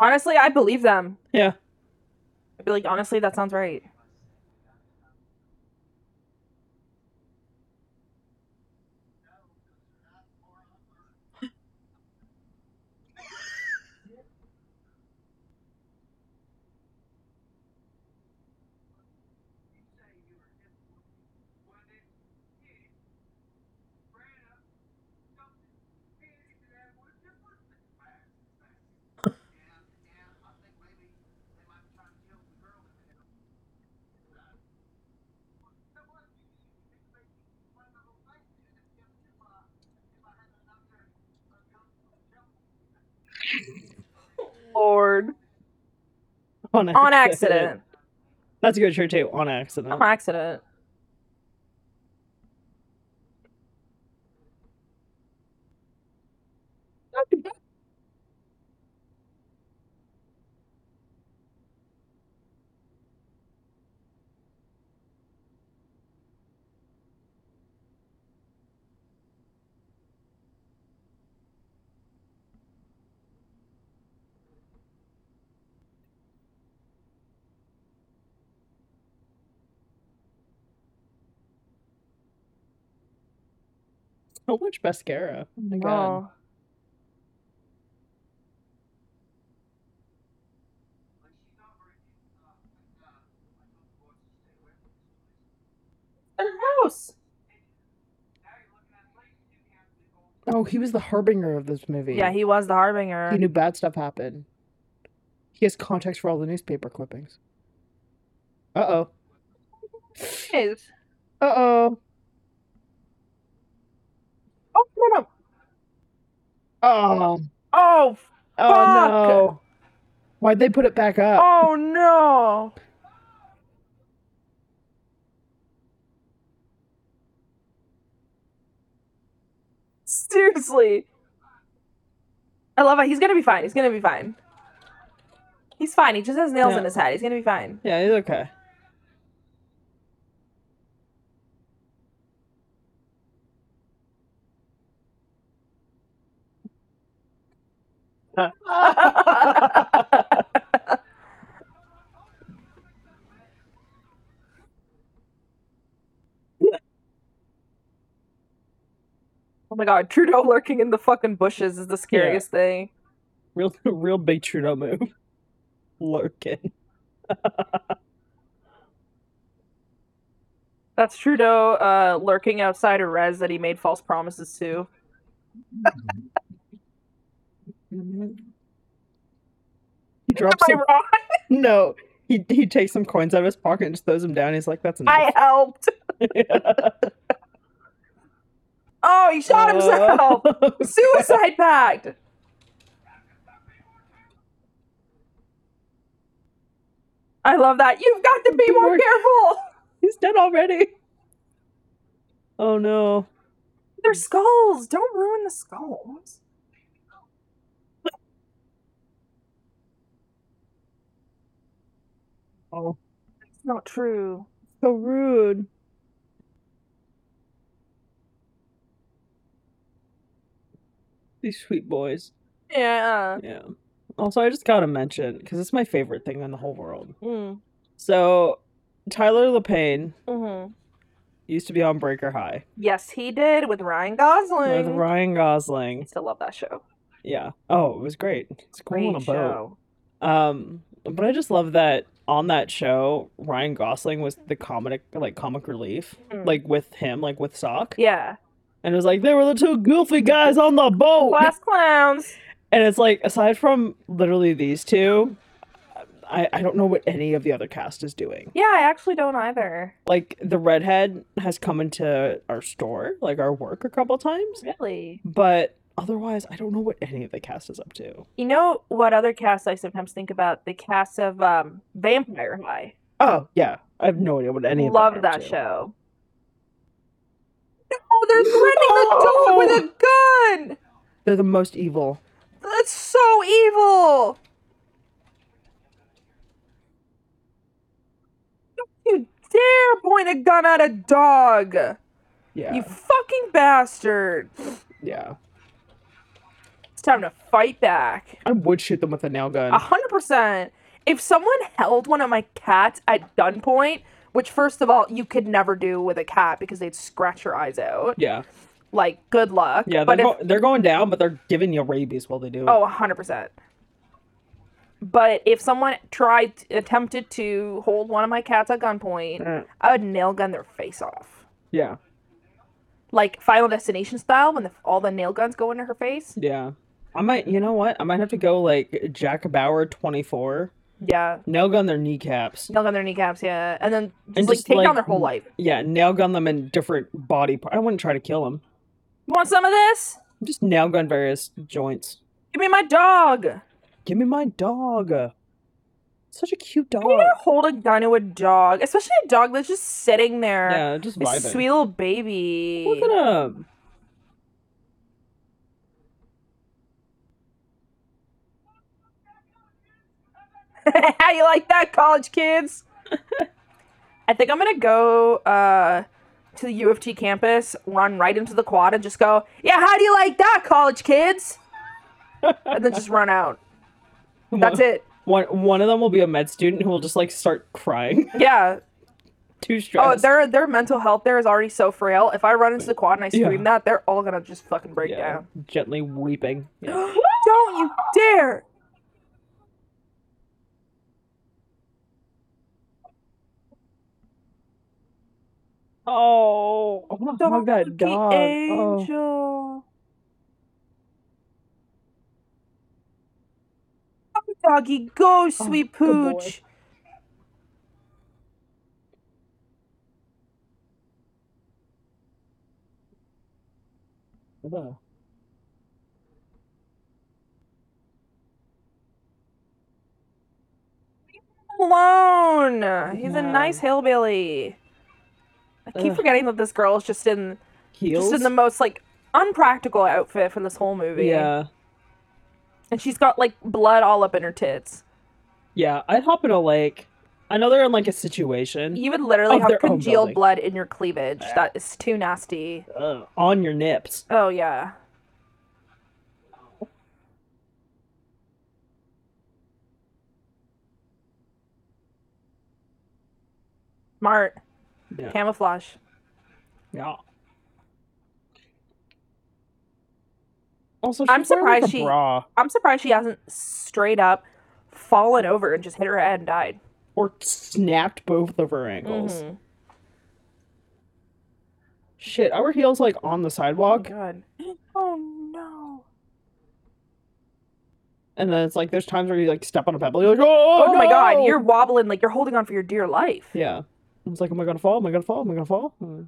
A: Honestly, I believe them.
B: Yeah.
A: I'd be like, honestly, that sounds right. Lord.
B: On
A: On accident. Uh-huh.
B: That's a good shirt too. On accident.
A: On accident.
B: So much mascara. Oh my god.
A: Oh. Their house.
B: Oh, he was the harbinger of this movie.
A: Yeah, he was the harbinger.
B: He knew bad stuff happened. He has context for all the newspaper clippings. Uh oh.
A: is.
B: Uh oh.
A: Oh no no!
B: Oh.
A: Oh
B: Oh no. Why'd they put it back up?
A: oh no! Seriously, I love it. He's gonna be fine. He's gonna be fine. He's fine. He just has nails
B: Yeah.
A: in his head. He's gonna be fine.
B: Yeah, he's okay.
A: Oh my god, Trudeau lurking in the fucking bushes is the scariest thing.
B: Real real big Trudeau move. Lurking.
A: That's Trudeau uh, lurking outside a res that he made false promises to.
B: He drops
A: Am I
B: some,
A: wrong?
B: No. He he takes some coins out of his pocket and just throws them down. He's like, that's
A: I
B: enough.
A: helped. Oh, he shot himself. Suicide pact. I love that. You've got to be more
B: More-
A: careful.
B: He's dead already. Oh no.
A: They're skulls. Don't ruin the skulls.
B: Oh.
A: It's not true.
B: So rude. These sweet boys.
A: Yeah.
B: Yeah. Also, I just gotta mention, because it's my favorite thing in the whole world.
A: Mm.
B: So, Tyler LePaine
A: hmm
B: used to be on Breaker High
A: Yes, he did with Ryan
B: with
A: Gosling.
B: Ryan
A: I
B: Gosling.
A: still love that show.
B: Yeah. Oh, it was great. It's cool on a
A: Great
B: boat.
A: show.
B: Um, but I just love that on that show, Ryan Gosling was the comic, like comic relief,
A: Mhm.
B: like with him, like with Sock.
A: Yeah. Oh,
B: And it was like, they were the two goofy guys on the boat.
A: Class clowns.
B: And it's like, aside from literally these two, I, I don't know what any of the other cast is doing.
A: Yeah, I actually don't either.
B: Like, the redhead has come into our store, like our work, a couple times,
A: Really?
B: but otherwise, I don't know what any of the cast is up to.
A: You know what other cast I sometimes think about? The cast of um, Vampire High.
B: Oh, yeah. I have no idea what any of them are
A: Love
B: up
A: that
B: to.
A: show. No, they're threatening the dog with a gun.
B: They're the most evil.
A: That's so evil. Don't you dare point a gun at a dog.
B: Yeah.
A: You fucking bastard.
B: Yeah.
A: It's time to fight back.
B: I would shoot them with a nail gun.
A: A hundred percent. If someone held one of my cats at gunpoint, which first of all you could never do with a cat because they'd scratch your eyes out.
B: yeah.
A: Like good luck.
B: Yeah, they're,
A: but if,
B: go- they're going down, but they're giving you rabies while they do it.
A: oh, a hundred percent. But if someone tried attempted to hold one of my cats at gunpoint,
B: Mm.
A: I would nail gun their face off.
B: Yeah.
A: Like Final Destination style, when the, all the nail guns go into her face.
B: Yeah. I might, you know what? I might have to go like Jack Bauer 24,
A: Yeah,
B: nail gun their kneecaps.
A: nail gun their kneecaps. Yeah, and then just,
B: And
A: like
B: just,
A: take
B: like,
A: down their whole life.
B: Yeah, nail gun them in different body parts. I wouldn't try to kill them.
A: You want some of this?
B: Just nail gun various joints.
A: Give me my dog.
B: Give me my dog. Such a cute dog.
A: You gotta hold a gun to a dog, especially a dog that's just sitting there.
B: Yeah, just
A: A
B: vibing.
A: sweet little baby.
B: Look at him.
A: How you like that, college kids? I think I'm gonna go uh, to the U of T campus, run right into the quad, and just go, "Yeah, how do you like that, college kids?" and then just run out. That's it.
B: One one of them will be a med student who will just like start crying.
A: Yeah.
B: Too
A: Oh,
B: stressed.
A: their their mental health there is already so frail. If I run into the quad and I scream
B: Yeah.
A: that, they're all gonna just fucking break
B: yeah.
A: down.
B: Gently weeping. Yeah.
A: Don't you dare!
B: Oh, I want to hug
A: Doggy
B: that dog. Oh.
A: Angel. Go, Doggy, go, sweet
B: Oh, good boy.
A: pooch.
B: Hello.
A: Alone. He's a
B: Yeah.
A: nice hillbilly. I keep
B: Ugh.
A: forgetting that this girl is just in
B: Heels.
A: just in the most like unpractical outfit for this whole movie.
B: yeah.
A: And she's got like blood all up in her tits.
B: Yeah. I'd hop in a lake. I know they're in like a situation
A: You would literally
B: Of
A: have
B: their own
A: congealed
B: building. Ah.
A: blood in your cleavage. That is too nasty.
B: Ugh, on your nips.
A: Oh yeah. Smart
B: Yeah.
A: camouflage.
B: Yeah. Also, she's
A: I'm
B: wearing, like,
A: surprised
B: a
A: she-
B: bra
A: I'm surprised she hasn't straight up fallen over and just hit her head and died.
B: or snapped both of her ankles.
A: Mhm.
B: Shit, are her heels like on the
A: Oh
B: sidewalk?
A: god. Oh no.
B: And then it's like there's times where you like step on a pebble, you're like, oh,
A: Oh, my god,
B: no!"
A: you're wobbling like you're holding on for your dear life.
B: Yeah. I was like, am I gonna fall? Am I gonna fall? Am I gonna fall? Hmm.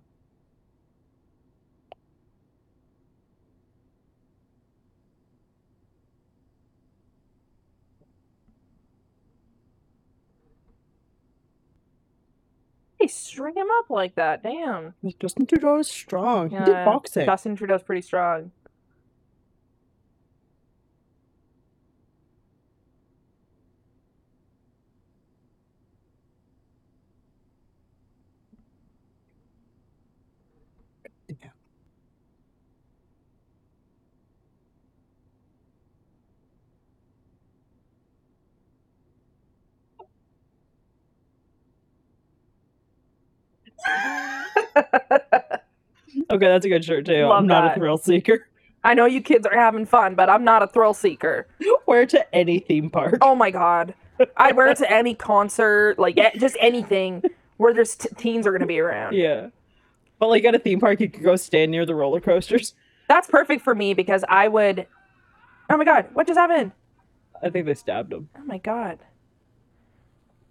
A: They string him up like that. Damn.
B: Like, Justin Trudeau is strong. he
A: Yeah,
B: did boxing.
A: Justin Trudeau's pretty strong.
B: Okay, that's a good shirt too.
A: Love
B: I'm not
A: that.
B: a thrill seeker.
A: I know you kids are having fun, but I'm not a thrill seeker.
B: Wear it to any theme park.
A: Oh my god. I'd wear it to any concert, like a- just anything where there's t- teens are going to be around.
B: Yeah. But like at a theme park, you could go stand near the roller coasters.
A: That's perfect for me because I would Oh my god, what just happened?
B: I think they stabbed him.
A: Oh my god.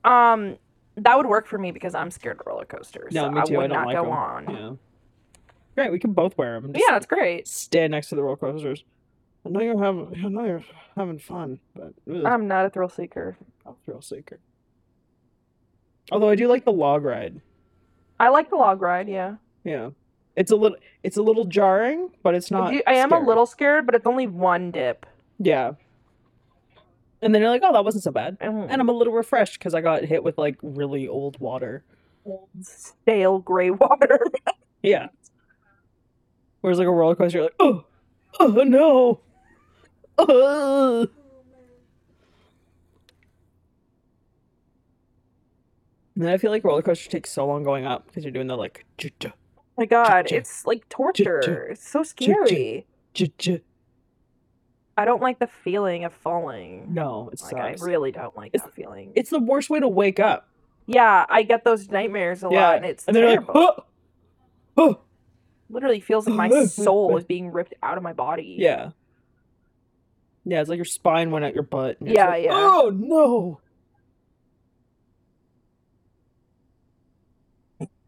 A: Um, that would work for me because I'm scared of roller coasters.
B: No,
A: so
B: me too.
A: I
B: I,
A: would
B: don't
A: not
B: like
A: go
B: them.
A: on.
B: Yeah. Great, we can both wear them.
A: yeah, it's great.
B: Stand next to the roller coasters. I know you're having, I know you're having fun, but ugh,
A: I'm not a thrill seeker.
B: I'm a thrill seeker. Although I do like the log ride.
A: I like the log ride. Yeah.
B: Yeah, it's a little, it's a little jarring, but it's
A: I
B: not.
A: do- I am
B: scary.
A: a little scared, but it's only one dip.
B: Yeah. And then you're like, oh, that wasn't so bad.
A: Mm.
B: And I'm a little refreshed because I got hit with like really old water.
A: stale gray water. Oh
B: Yeah. Whereas like a roller coaster, you're like, oh, oh no. Oh. And then I feel like roller coaster takes so long going up because you're doing the like ch ch
A: my god,
B: Ch-ch.
A: it's like torture. It's so
B: Ch-ch.
A: scary.
B: ch ch.
A: I don't like the feeling of falling.
B: No, it
A: like I
B: sucks.
A: really don't like
B: It's-
A: that feeling.
B: It's the worst way to wake up.
A: yeah, I get those nightmares a
B: Yeah,
A: lot, and it's
B: And then you're like, oh,
A: terrible.
B: oh,
A: Literally feels like my soul is being ripped out of my body.
B: yeah, yeah. It's like your spine went out your butt. and you're just
A: Yeah,
B: like,
A: yeah.
B: Oh no.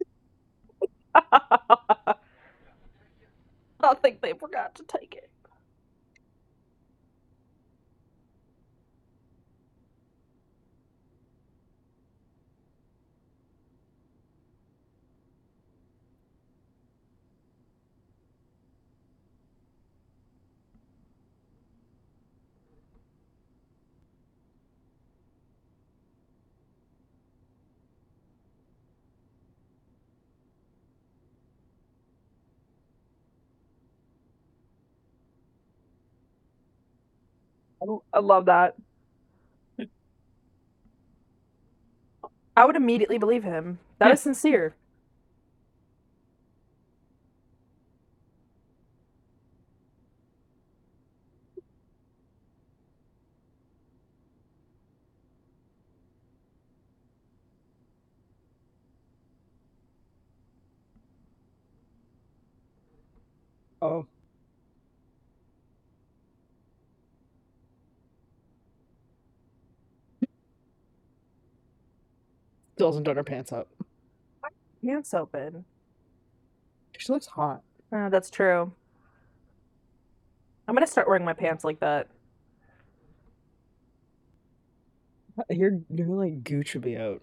A: I think they forgot to take it. I love that. I would immediately believe him. That is
B: Yeah.
A: sincere.
B: Oh. Still hasn't done her pants up.
A: Pants open.
B: She looks hot.
A: Uh, that's true. I'm gonna start wearing my pants like that.
B: You're you're like Gucci be out.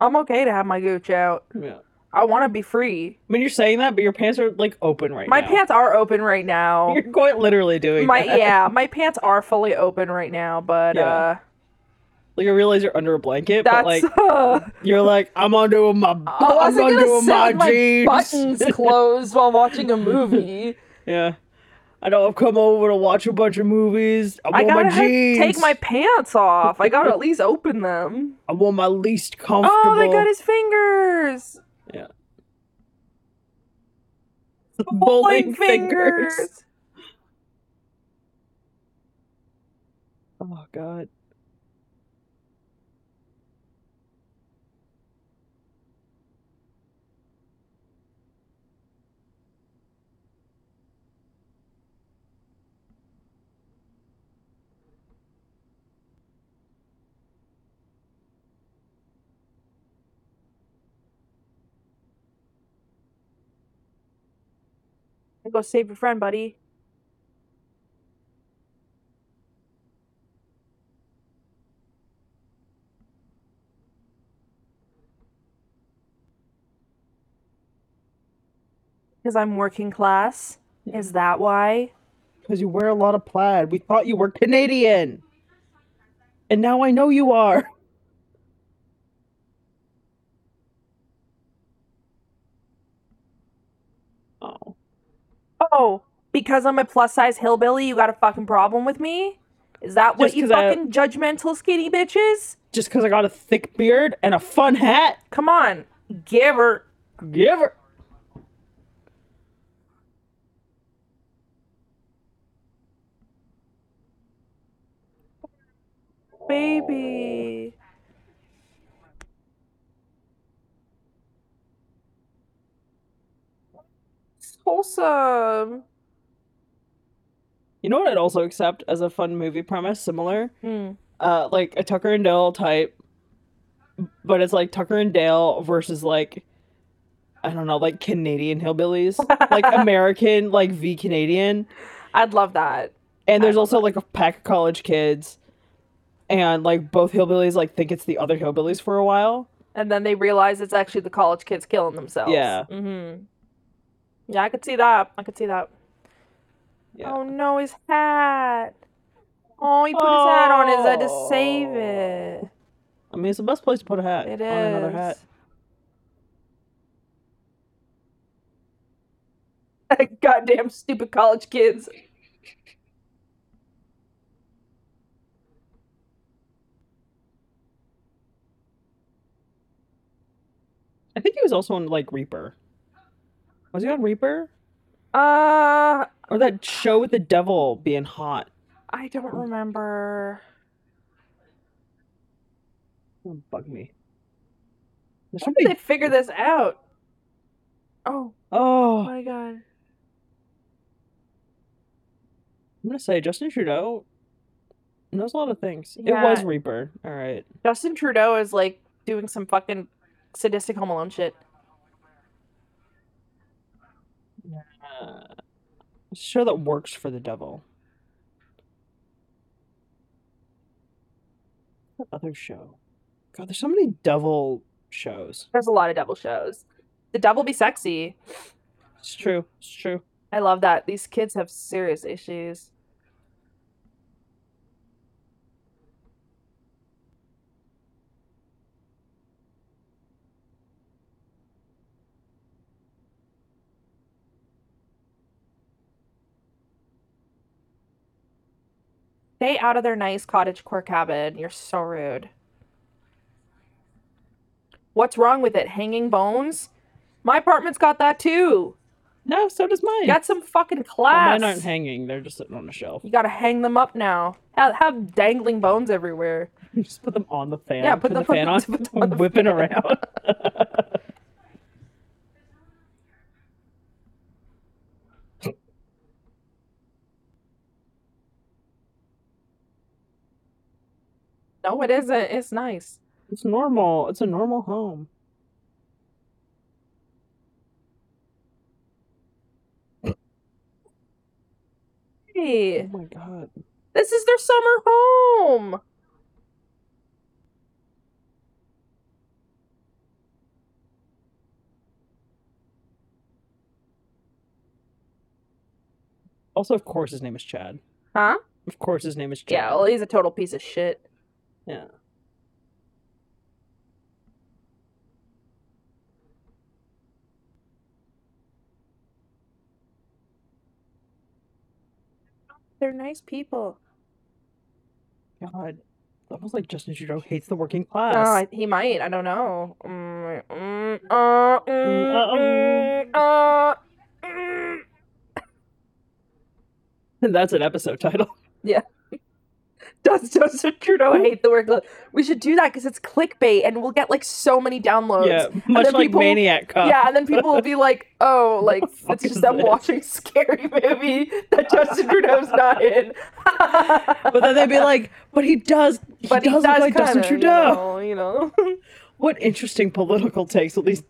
A: I'm okay to have my gooch out.
B: Yeah.
A: I want to be free.
B: I mean, you're saying that, but your pants are like open right
A: my
B: now.
A: pants are open right now.
B: You're quite literally doing
A: My
B: that.
A: yeah, my pants are fully open right now, but
B: Yeah.
A: uh
B: Like I realize you're under a blanket,
A: that's Oh,
B: but like you're like I'm undoing my bu-
A: I
B: I'm
A: wasn't gonna
B: undoing
A: sit
B: my
A: with my
B: jeans.
A: buttons closed while watching a movie.
B: Yeah. I know I've come over to watch a bunch of movies. I
A: I
B: want
A: gotta
B: my
A: have-
B: jeans.
A: take my pants off. I gotta at least open them.
B: I want my least comfortable.
A: Oh, they got his fingers.
B: bowling
A: Bowling
B: fingers.
A: fingers.
B: Oh god.
A: Go save your friend, buddy. Because I'm working class. Is that why?
B: Because you wear a lot of plaid. We thought you were Canadian. And now I know you are. Oh.
A: Oh, because I'm a plus size hillbilly, you got a fucking problem with me? Is that what
B: Just
A: you
B: 'cause I-
A: fucking judgmental skinny bitches?
B: Just because I got a thick beard and a fun hat?
A: Come on, give her.
B: Give her.
A: baby. It's wholesome.
B: You know what I'd also accept as a fun movie premise, similar?
A: Hmm.
B: Uh, like a Tucker and Dale type, but it's like Tucker and Dale versus like, I don't know, like Canadian hillbillies, like American, like V Canadian.
A: I'd love that.
B: And there's
A: I
B: also like a pack of college kids, and like both hillbillies like think it's the other hillbillies for a while.
A: And then they realize it's actually the college kids killing themselves.
B: Yeah.
A: hmm Yeah, I could see that. I could see that.
B: Yeah.
A: Oh no, his hat. Oh, he put his hat on his head to save it.
B: I mean, it's the best place to Oh. put a hat.
A: It
B: on another hat.
A: is. Goddamn stupid college kids.
B: I think he was also on like Reaper. Was he on Reaper?
A: Uh,
B: Or that show with the devil being hot?
A: I don't remember.
B: Don't bug me. There
A: How
B: should
A: did
B: be.
A: they figure this out? Oh
B: Oh, I'm
A: my god.
B: gonna say Justin Trudeau knows a lot of things. It was
A: Yeah.
B: Reaper. All right.
A: Justin Trudeau is like doing some fucking sadistic Home Alone shit.
B: Uh, a show that works for the devil. What other show? God, there's so many devil shows.
A: There's a lot of devil shows. The devil be sexy.
B: It's true. It's true.
A: I love that. These kids have serious issues. Stay out of their nice cottage core cabin. You're so rude. What's wrong with it? Hanging bones? My apartment's got that too.
B: No, so does mine.
A: Got some fucking
B: Well,
A: class.
B: mine aren't hanging. They're just sitting on a shelf.
A: you gotta hang them up now. Have, have dangling bones everywhere.
B: just put them on the fan.
A: Yeah, put
B: turn
A: them
B: the fan
A: on-
B: on.
A: put them on the
B: whipping
A: fan.
B: around.
A: No, it isn't. It's nice.
B: It's normal. It's a normal home. Oh
A: Hey,
B: Oh my god.
A: this is their summer home.
B: Also, of course, his name is Chad.
A: Huh?
B: Of course, his name is Chad.
A: Yeah, well, he's a total piece of shit.
B: Yeah.
A: They're nice people.
B: God. Almost like Justin Trudeau hates the working class.
A: Oh, I, he might. I don't know. Mm, mm, uh, mm,
B: Mm,
A: mm, uh, mm.
B: That's an episode title.
A: Does Justin Trudeau hate the work? We should do that because it's clickbait, and we'll get like so many downloads.
B: yeah, much
A: then
B: like
A: people-
B: Maniac Cop.
A: Yeah, and then people will be like, "Oh, like
B: fuck
A: it's just
B: is
A: them
B: this?"
A: watching scary movie that Justin Trudeau's not in."
B: But then they'd be like, "But he does. He
A: but
B: does
A: he
B: look
A: does
B: like Justin
A: kinda,
B: Trudeau."
A: you know. You know?
B: What interesting political takes will these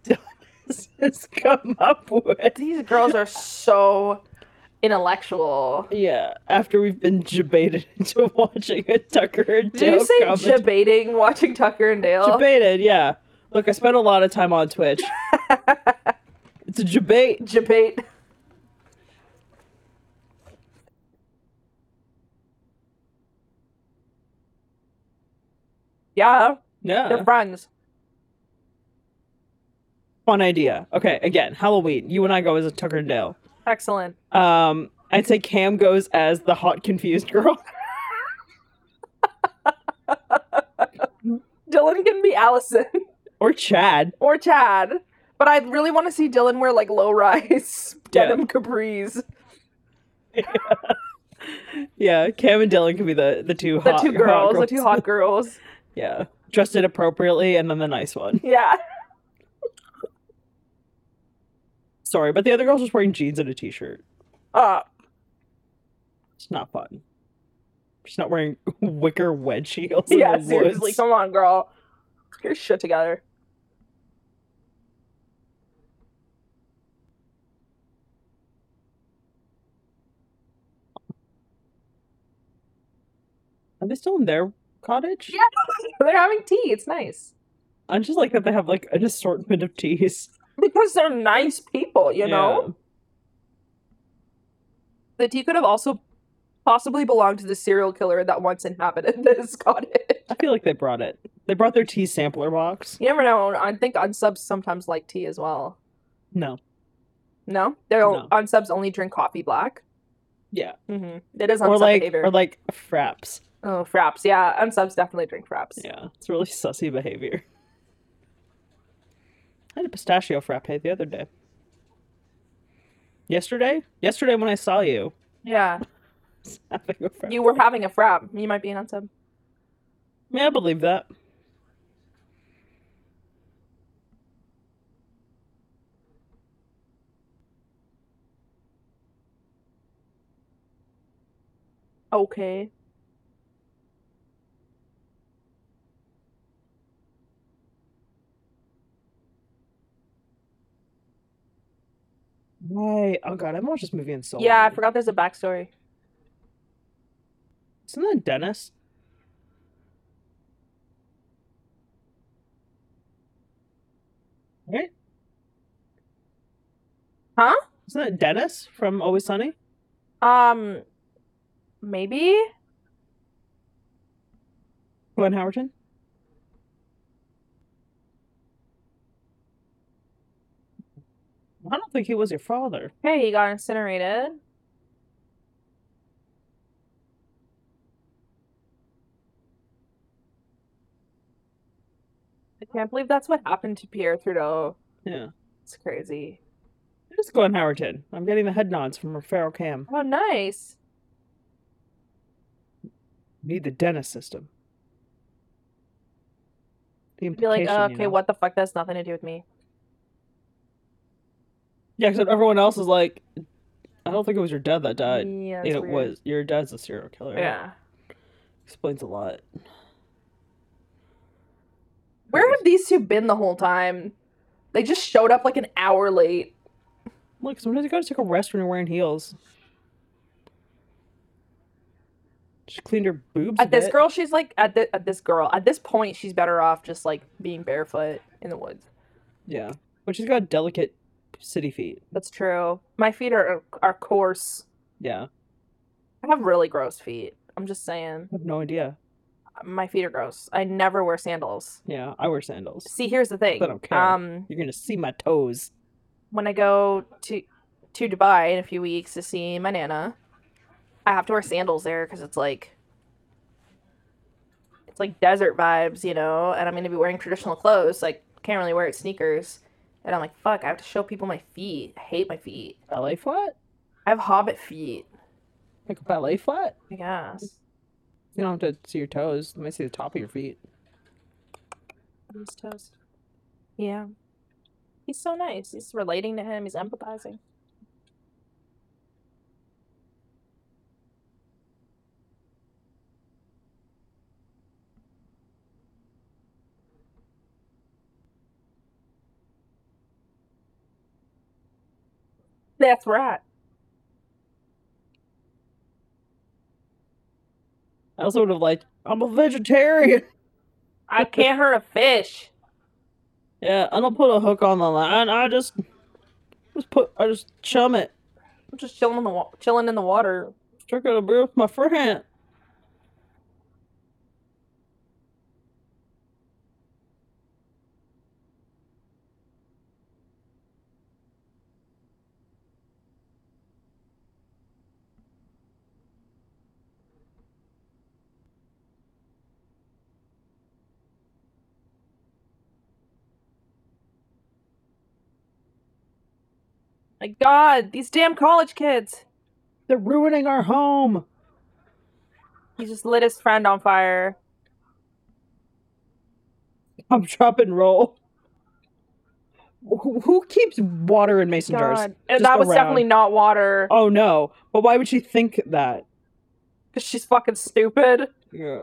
B: dumbasses come up with?
A: These girls are so intellectual.
B: Yeah, after we've been debated into watching a Tucker and
A: Did
B: Dale
A: you say
B: comedy.
A: debating watching Tucker and Dale?
B: Debated, yeah. Look, I spent a lot of time on Twitch. it's a debate.
A: Debate. Yeah, they're
B: Yeah.
A: friends.
B: Fun idea. Okay, again, Halloween. You and I go as a Tucker and Dale.
A: Excellent.
B: Um, I'd say Cam goes as the hot confused girl.
A: Dylan can be Allison.
B: or Chad.
A: or Chad. But I really want to see Dylan wear like low rise
B: Yeah.
A: denim capris.
B: Yeah, Cam and Dylan could be the, the two
A: The
B: hot
A: two
B: hot
A: girls, the two hot girls.
B: Yeah. Dressed inappropriately and then the nice one.
A: Yeah.
B: Sorry, but the other girl's just wearing jeans and a t shirt.
A: Uh,
B: It's not fun. She's not wearing wicker wedge heels. in
A: yeah,
B: the
A: seriously,
B: woods.
A: come on, girl. Get your shit together.
B: Are they still in their cottage?
A: Yeah. They're having tea. It's nice
B: I just like that they have like an assortment of teas.
A: because they're nice people. You
B: Yeah.
A: know, the tea could have also possibly belonged to the serial killer that once inhabited this cottage.
B: I feel like they brought it. They brought their tea sampler box.
A: You never know. I think unsubs sometimes like tea as well.
B: No.
A: No, they don't.
B: No.
A: Unsubs only drink coffee black.
B: Yeah.
A: Mm-hmm. It is unsub
B: Or like
A: behavior.
B: or like fraps.
A: oh, fraps. Yeah, unsubs definitely drink fraps.
B: Yeah. It's really sussy behavior. I had a pistachio frappe the other day. Yesterday? Yesterday when I saw you.
A: Yeah,
B: I was having a frappe.
A: you were having a frap. You might be an unsub.
B: Yeah, I believe that.
A: Okay.
B: Right. Oh god, I haven't watched this movie in so long.
A: Yeah, I forgot there's a backstory.
B: Isn't that Dennis? Right?
A: Huh?
B: Isn't that Dennis from Always Sunny?
A: Um, maybe.
B: Glenn Howerton? I don't think he was your father.
A: Hey, he got incinerated. I can't believe that's what happened to Pierre Trudeau.
B: Yeah.
A: It's crazy.
B: It is Glenn Howerton. I'm getting the head nods from Pharaoh Cam.
A: Oh, nice.
B: Need the Dennis system. The
A: Be like,
B: implication,
A: okay,
B: you know?
A: what the fuck? That's nothing to do with me.
B: Yeah, except everyone else is like, I don't think it was your dad that died.
A: yeah,
B: Yeah,
A: that's
B: Uh, it
A: Mm, weird.
B: was. Your dad's a serial killer.
A: Yeah.
B: Explains a lot.
A: Where have these two been the whole time? They just showed up like an hour late.
B: Look, sometimes you gotta take a rest when you're wearing heels. She cleaned her boobs. a
A: At this
B: bit.
A: girl, she's like at the, at this girl at this point, she's better off just like being barefoot in the woods.
B: Yeah. But she's got delicate city feet.
A: That's true. My feet are are coarse.
B: Yeah.
A: I have really gross feet. I'm just saying,
B: I have no idea.
A: my feet are gross. I never wear sandals.
B: Yeah, I wear sandals.
A: See, here's the thing.
B: But I don't care.
A: Um,
B: You're gonna see my toes.
A: when I go to to Dubai in a few weeks to see my nana, I have to wear sandals there because it's like it's like desert vibes, you know. And I'm gonna be wearing traditional clothes. Like can't really wear sneakers. And I'm like, fuck, I have to show people my feet. I hate my feet.
B: Ballet flat?
A: I have hobbit feet.
B: Like a ballet flat?
A: I guess.
B: You don't have to see your toes. You might see the top of your feet.
A: He's toast. Yeah. He's so nice. He's relating to him. He's empathizing. That's right.
B: I also would have liked I'm a vegetarian.
A: I can't hurt a fish.
B: Yeah, I don't put a hook on the line. I just just put I just chum it.
A: I'm just chilling in the wa- chilling in the water.
B: Drink a beer with my friend.
A: My God, these damn college kids.
B: They're ruining our home.
A: He just lit his friend on fire.
B: I'm drop and roll. Who who keeps water in mason jars?
A: God, and
B: Just
A: that was
B: around.
A: definitely not water.
B: Oh no! But why would she think that?
A: because she's fucking stupid.
B: Yeah.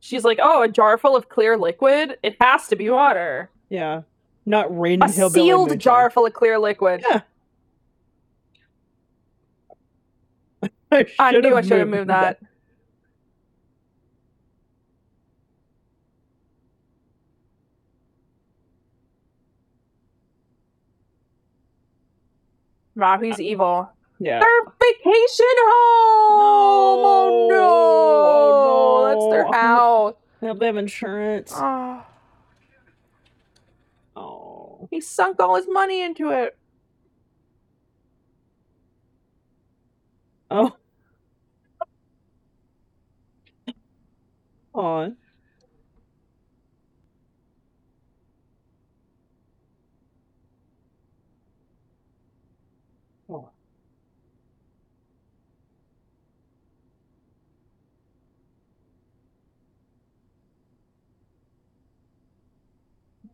A: She's like, oh, a jar full of clear liquid. It has to be water.
B: Yeah. Not
A: A
B: random hillbilly.
A: sealed
B: moonshine.
A: jar full of clear liquid.
B: Yeah. I,
A: I
B: should've
A: knew I should have moved that. Wow, he's evil.
B: Uh, Yeah.
A: Their vacation home.
B: No.
A: Oh no,
B: Oh,
A: that's
B: no. Ah.
A: their house.
B: I hope they have insurance.
A: Oh,
B: Oh.
A: he sunk all his money into it.
B: Oh. On.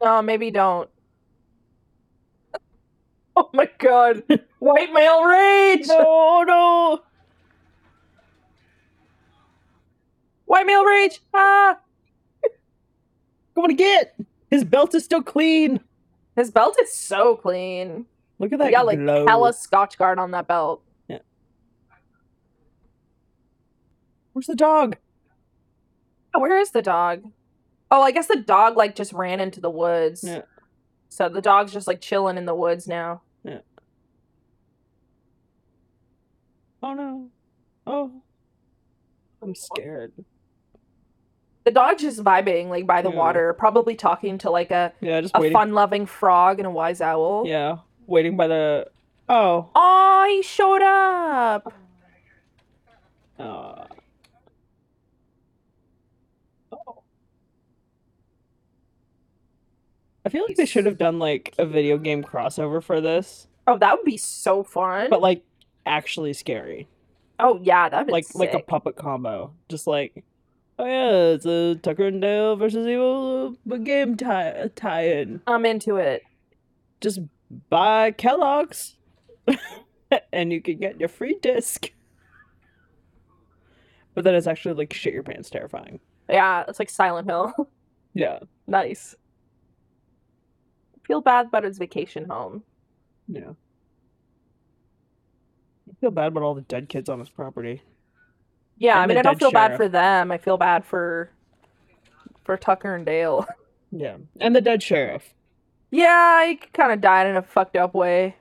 A: No, maybe don't. Oh my god. White male rage!
B: No, no.
A: White male rage! Ah!
B: Going to get. His belt is still clean.
A: His belt is so clean.
B: Look at
A: He
B: that.
A: got like
B: glow.
A: hella scotch guard on that belt.
B: Where's the dog?
A: Oh, Where is the dog? Oh, I guess the dog like just ran into the woods.
B: Yeah.
A: So the dog's just like chilling in the woods now.
B: Oh no. Oh. I'm scared.
A: The dog's just vibing like by the
B: Yeah.
A: water, probably talking to like a,
B: Yeah, just
A: a
B: waiting.
A: fun loving frog and a wise owl.
B: Yeah. Waiting by the Oh.
A: Oh, he showed up.
B: Uh. Oh. I feel like they should have done like a video game crossover for this,
A: Oh, that would be so fun.
B: but like actually scary,
A: oh yeah, that'd be
B: like
A: sick.
B: like a puppet combo, just like oh yeah, it's a Tucker and Dale versus Evil uh, game tie tie-in,
A: I'm into it.
B: just buy Kellogg's, and you can get your free disc. But then it's actually like shit your pants terrifying.
A: Yeah, it's like Silent Hill.
B: Yeah.
A: nice. Feel bad about his vacation home.
B: Yeah. I feel bad about all the dead kids on his property.
A: Yeah, I
B: And the
A: mean, I don't
B: dead
A: feel bad
B: sheriff.
A: for them. I feel bad for for Tucker and Dale.
B: Yeah. And the dead sheriff.
A: Yeah, he kind of died in a fucked up way.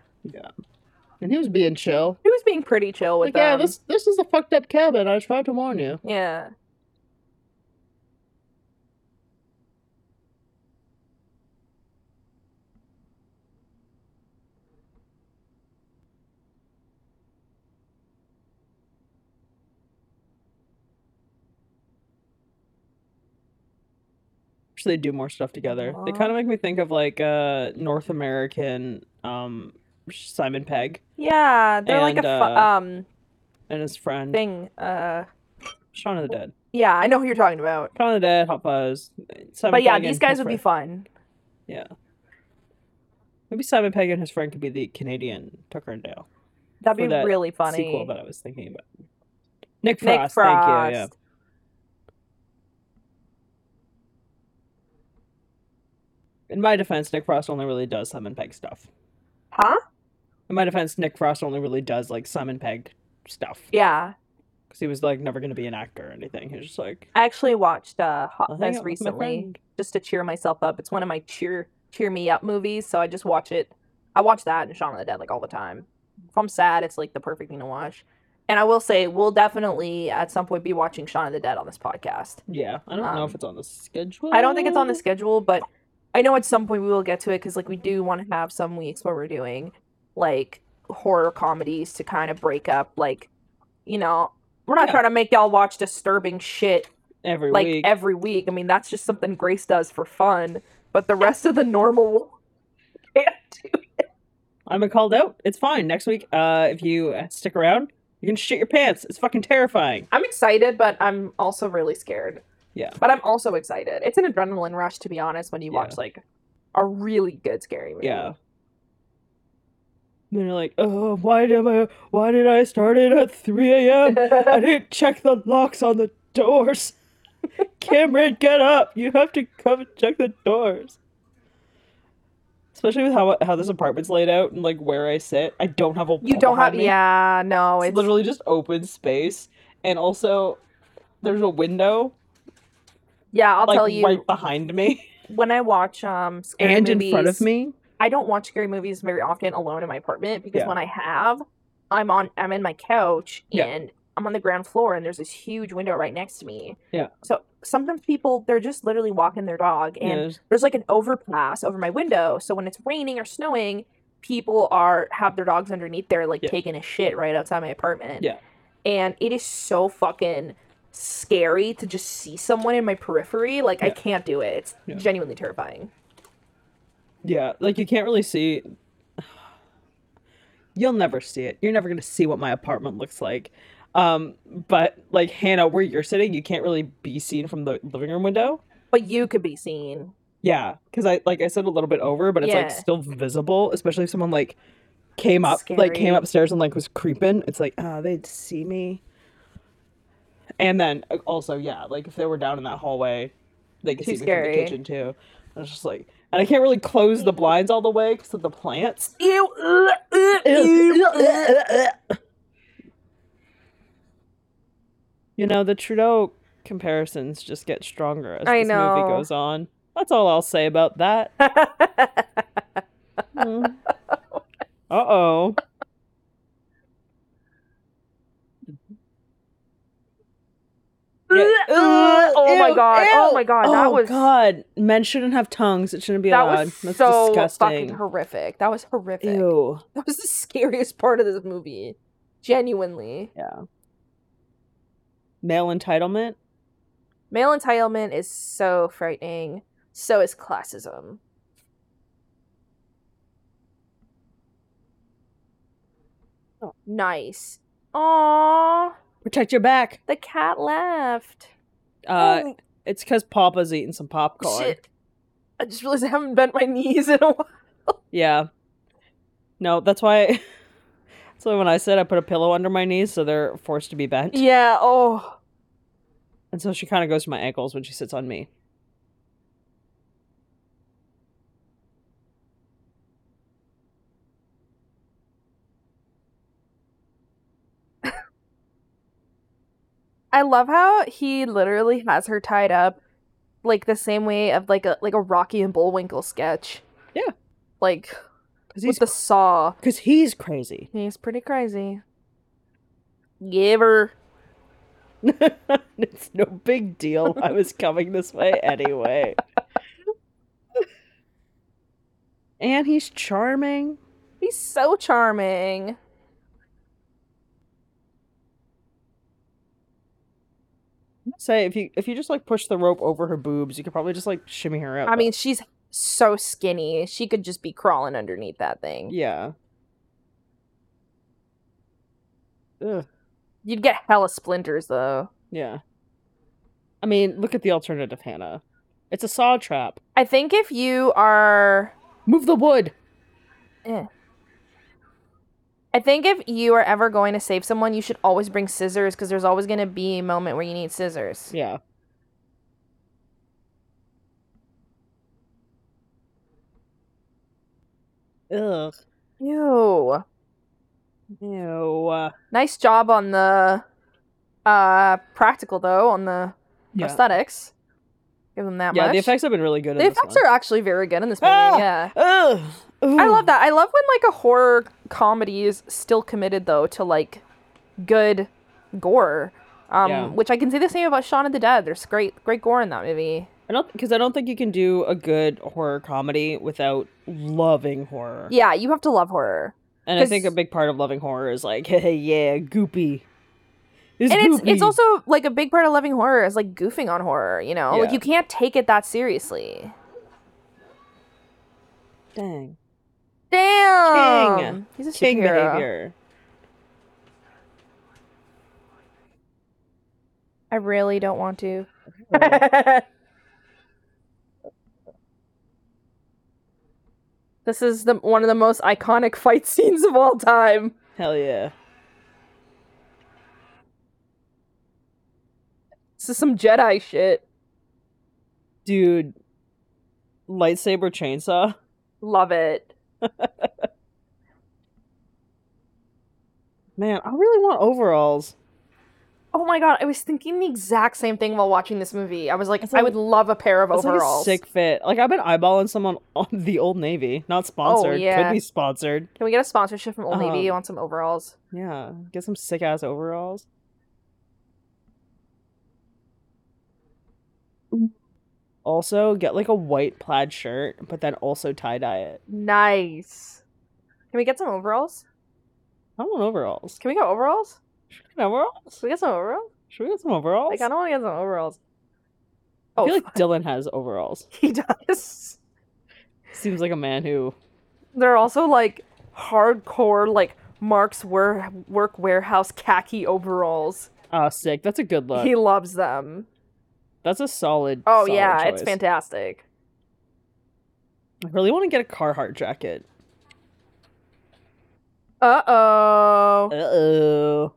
B: And he was being chill. um,
A: He was being pretty chill with
B: Like, yeah,
A: them.
B: this this is a fucked up cabin. I tried to warn you.
A: Yeah.
B: So they do more stuff together. They kind of make me think of like uh North American um Simon Pegg
A: Yeah, they're like
B: And,
A: a fu-
B: uh,
A: um
B: and his friend
A: thing. Uh,
B: Shaun of the Dead.
A: yeah, I know who you're talking about.
B: Shaun of the Dead, Hot Fuzz. Simon
A: But yeah,
B: Pegg and
A: these
B: his
A: guys would be
B: friend-
A: fun.
B: Yeah. Maybe Simon Pegg and his friend could be the Canadian Tucker and Dale.
A: That'd
B: for
A: be
B: that
A: really funny.
B: sequel that I was thinking about. Nick Frost,
A: Nick
B: thank you. Yeah.
A: Frost.
B: In my defense, Nick Frost only really does Simon Pegg stuff.
A: Huh?
B: In my defense, Nick Frost only really does like Simon Pegg stuff
A: Yeah.
B: because he was like never going to be an actor or anything. He was just like
A: I actually watched uh,
B: "I'll hang
A: Hot Fuzz
B: out with my
A: recently
B: friend."
A: just to cheer myself up. It's one of my cheer cheer me up movies, so I just watch it. I watch that and Shaun of the Dead like all the time. If I'm sad, it's like the perfect thing to watch. And I will say, we'll definitely at some point be watching Shaun of the Dead on this podcast.
B: Yeah, I don't know if
A: Um,
B: it's on the schedule.
A: I don't think it's on the schedule, but I know at some point we will get to it because like we do want to have some weeks where we're doing like horror comedies to kind of break up like you know we're not
B: Yeah.
A: trying to make y'all watch disturbing shit
B: every
A: like
B: week.
A: every week. I mean that's just something Grace does for fun, but the rest of the normal can't do.
B: I've been called out. It's fine. Next week, uh, if you uh, stick around, you can shit your pants. It's fucking terrifying.
A: I'm excited, but I'm also really scared.
B: Yeah.
A: But I'm also excited. It's an adrenaline rush to be honest when you watch
B: Yeah.
A: like a really good scary movie.
B: Yeah. Then you're like, oh, why did I? Why did I start it at 3 a.m.? I didn't check the locks on the doors. Cameron, get up! You have to come and check the doors. Especially with how how this apartment's laid out and like where I sit, I don't have a
A: You
B: wall
A: don't have.
B: behind me.
A: Yeah, no,
B: It's
A: it's
B: literally just open space, and also there's a window
A: yeah. I'll
B: like
A: tell you
B: right behind me
A: when I watch um scary
B: and in front of
A: movies-
B: me.
A: I don't watch scary movies very often alone in my apartment because
B: Yeah.
A: when I have, I'm on I'm in my couch
B: Yeah.
A: and I'm on the ground floor and there's this huge window right next to me.
B: Yeah.
A: So sometimes people they're just literally walking their dog and
B: there's-
A: there's like an overpass over my window. So when it's raining or snowing, people are have their dogs underneath there like
B: Yeah.
A: taking a shit right outside my apartment.
B: Yeah.
A: And it is so fucking scary to just see someone in my periphery. Like I
B: Yeah.
A: can't do it. It's
B: Yeah.
A: genuinely terrifying.
B: Yeah, like you can't really see. You'll never see it. You're never gonna see what my apartment looks like. Um, but like Hannah, where you're sitting, you can't really be seen from the living room window.
A: But you could be seen.
B: Yeah, because I like I said a little bit over, but it's
A: Yeah.
B: like still visible, especially if someone like came up, like
A: Scary.
B: came upstairs and like was creeping. It's like ah, they'd see me. And then uh, also, yeah, like if they were down in that hallway, they could
A: Too
B: see me from the
A: scary.
B: kitchen too. I was just like, and I can't really close the blinds all the way because of the plants.
A: Ew. uh, uh, ew, uh.
B: You know, the Trudeau comparisons just get stronger as
A: I
B: this
A: know.
B: movie goes on. That's all I'll say about that. uh oh.
A: oh my god. Oh my god. That was
B: God. Men shouldn't have tongues. It shouldn't be
A: that
B: allowed.
A: was
B: That's
A: so
B: disgusting.
A: fucking horrific. That was horrific.
B: Ew.
A: That was the scariest part of this movie. Genuinely.
B: Male entitlement.
A: Male entitlement is so frightening. So is classism.
B: Oh.
A: Nice. Aww.
B: Protect your back.
A: The cat left.
B: Uh,
A: Oh,
B: It's because Papa's eating some popcorn.
A: shit. I just realized I haven't bent my knees in a while.
B: Yeah. No, that's why. that's why when I said I put a pillow under my knees so they're forced to be bent,
A: Yeah. Oh.
B: and so she kind of goes to my ankles when she sits on me.
A: I love how he literally has her tied up, like the same way of like a like a Rocky and Bullwinkle sketch.
B: Yeah.
A: Like
B: Because
A: with
B: he's,
A: the saw.
B: 'cause he's crazy.
A: He's pretty crazy. Give her.
B: it's no big deal. I was coming this way anyway. and he's charming.
A: He's so charming.
B: Say if you if you just like push the rope over her boobs, you could probably just like shimmy her out.
A: I mean, she's so skinny. She could just be crawling underneath that thing.
B: yeah. Ugh.
A: You'd get hella splinters though.
B: Yeah. I mean, look at the alternative, Hannah. It's a saw trap.
A: I think if you are
B: Move the wood.
A: I think if you are ever going to save someone, you should always bring scissors because there's always going to be a moment where you need scissors.
B: Yeah. Ugh.
A: Ew.
B: No.
A: Nice job on the uh practical though on the prosthetics. Give them that
B: Yeah,
A: much.
B: the effects have been really good.
A: The
B: in this
A: effects
B: one.
A: are actually very good in this movie.
B: Ah!
A: Yeah.
B: Ugh.
A: I love that. I love when like a horror comedy is still committed though to like good gore. Um,
B: Yeah.
A: which I can say the same about Shaun of the Dead. There's great great gore in that movie.
B: I don't because I don't think you can do a good horror comedy without loving horror.
A: Yeah, you have to love horror.
B: and I think a
A: 'cause-
B: big part of loving horror is like, hey, yeah, goopy. It's
A: and it's it's
B: goopy.
A: also like a big part of loving horror is like goofing on horror, you know? Like
B: Yeah.
A: you can't take it that seriously.
B: dang
A: Damn. He's a
B: king
A: superhero.
B: behavior.
A: I really don't want to. This is the one of the most iconic fight scenes of all time.
B: Hell yeah.
A: This is some Jedi shit.
B: Dude, lightsaber chainsaw.
A: Love it.
B: Man, I really want overalls.
A: Oh my god, I was thinking the exact same thing while watching this movie. I was like,
B: It's
A: I
B: like-
A: would love a pair of
B: That's like a
A: overalls.
B: sick fit. Like I've been eyeballing someone on the Old Navy. Not sponsored.
A: Oh, yeah.
B: Could be sponsored.
A: Can we get a sponsorship from Old Navy?
B: Um,
A: You want some overalls?
B: Yeah. Get some sick ass overalls. Also, get like a white plaid shirt, but then also tie dye it.
A: Nice. Can we get some overalls?
B: I want overalls.
A: Can we get overalls?
B: Should we get overalls?
A: Can we get some overalls?
B: Should we get some overalls?
A: Like, I don't want to get some overalls.
B: I
A: Oh,
B: feel like Dylan has overalls.
A: he does.
B: Seems like a man who.
A: They're also like hardcore, like Mark's wor- work warehouse khaki overalls.
B: Ah, sick. That's a good look.
A: He loves them.
B: That's a solid.
A: Oh
B: solid
A: yeah, it's
B: choice.
A: fantastic.
B: I really want to get a Carhartt jacket.
A: Uh oh.
B: Uh oh.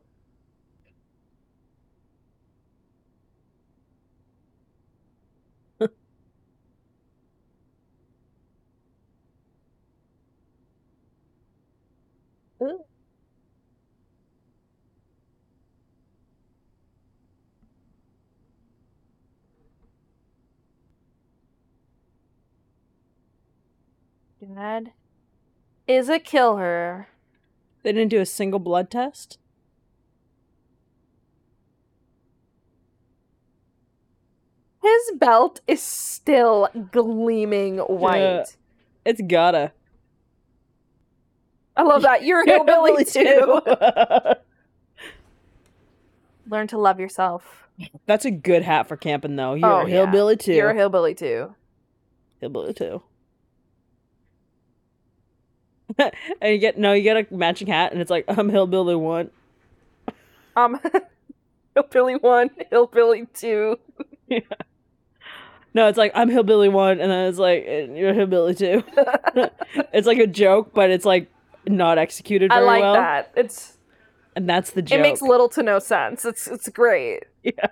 A: Dad is a killer.
B: They didn't do a single blood test.
A: His belt is still gleaming white.
B: Yeah. It's gotta.
A: I love that. You're a hillbilly too. Learn to love yourself.
B: That's a good hat for camping, though. You're
A: Oh,
B: a
A: yeah.
B: hillbilly too.
A: You're a hillbilly too.
B: hillbilly too. and you get no, you get a matching hat, and it's like I'm hillbilly one.
A: Um, hillbilly one, hillbilly two.
B: No, it's like I'm hillbilly one, and then it's like and you're hillbilly two. it's like a joke, but it's like not executed
A: I
B: very
A: like
B: well.
A: that. It's
B: And that's the joke.
A: It makes little to no sense. It's it's great.
B: Yeah.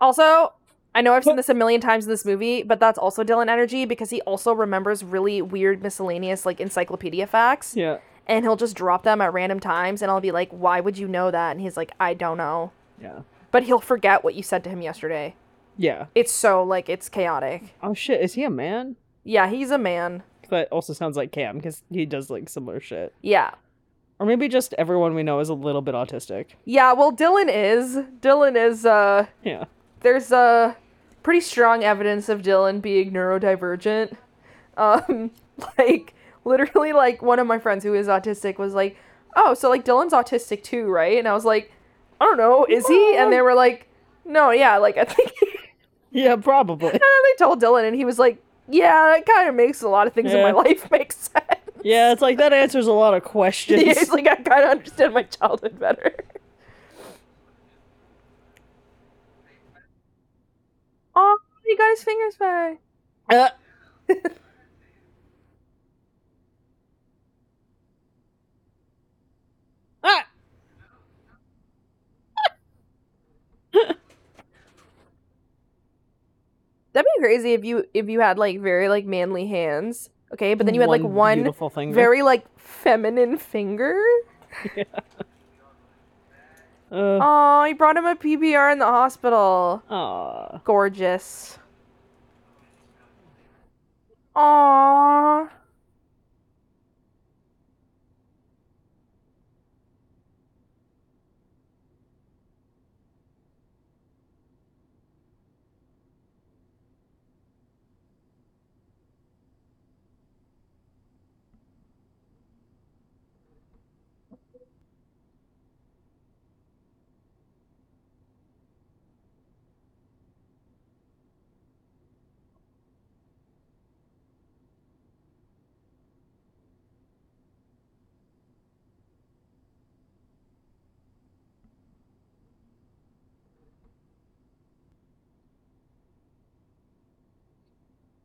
A: Also, I know I've seen this a million times in this movie, but that's also Dylan energy because he also remembers really weird miscellaneous like encyclopedia facts
B: yeah,
A: and he'll just drop them at random times and I'll be like, "Why would you know that?" and he's like, "I don't know."
B: yeah,
A: But he'll forget what you said to him yesterday.
B: yeah.
A: It's so like it's chaotic.
B: Oh shit, is he a man?
A: Yeah, he's a man.
B: That also sounds like Cam because he does like similar shit.
A: Yeah.
B: Or maybe just everyone we know is a little bit autistic.
A: Yeah, well, Dylan is. Dylan is, uh,
B: Yeah.
A: there's, uh, pretty strong evidence of Dylan being neurodivergent. Um, like, literally, like, one of my friends who is autistic was like, oh, so, like, Dylan's autistic too, right? And I was like, I don't know, is he? And they were like, no, yeah, like, I think he.
B: Yeah, probably.
A: And then they told Dylan, and he was like, yeah, that kind of makes a lot of things
B: Yeah.
A: in my life make sense.
B: yeah, it's like that answers a lot of questions.
A: He's like, I kind of understand my childhood better. Oh, he got his fingers back.
B: Uh, Ah!
A: That'd be crazy if you if you had like very like manly hands, okay? But then you had like one
B: beautiful finger.
A: very like feminine finger.
B: Uh,
A: Oh, he brought him a PBR in the hospital.
B: aw.
A: Gorgeous. Aww.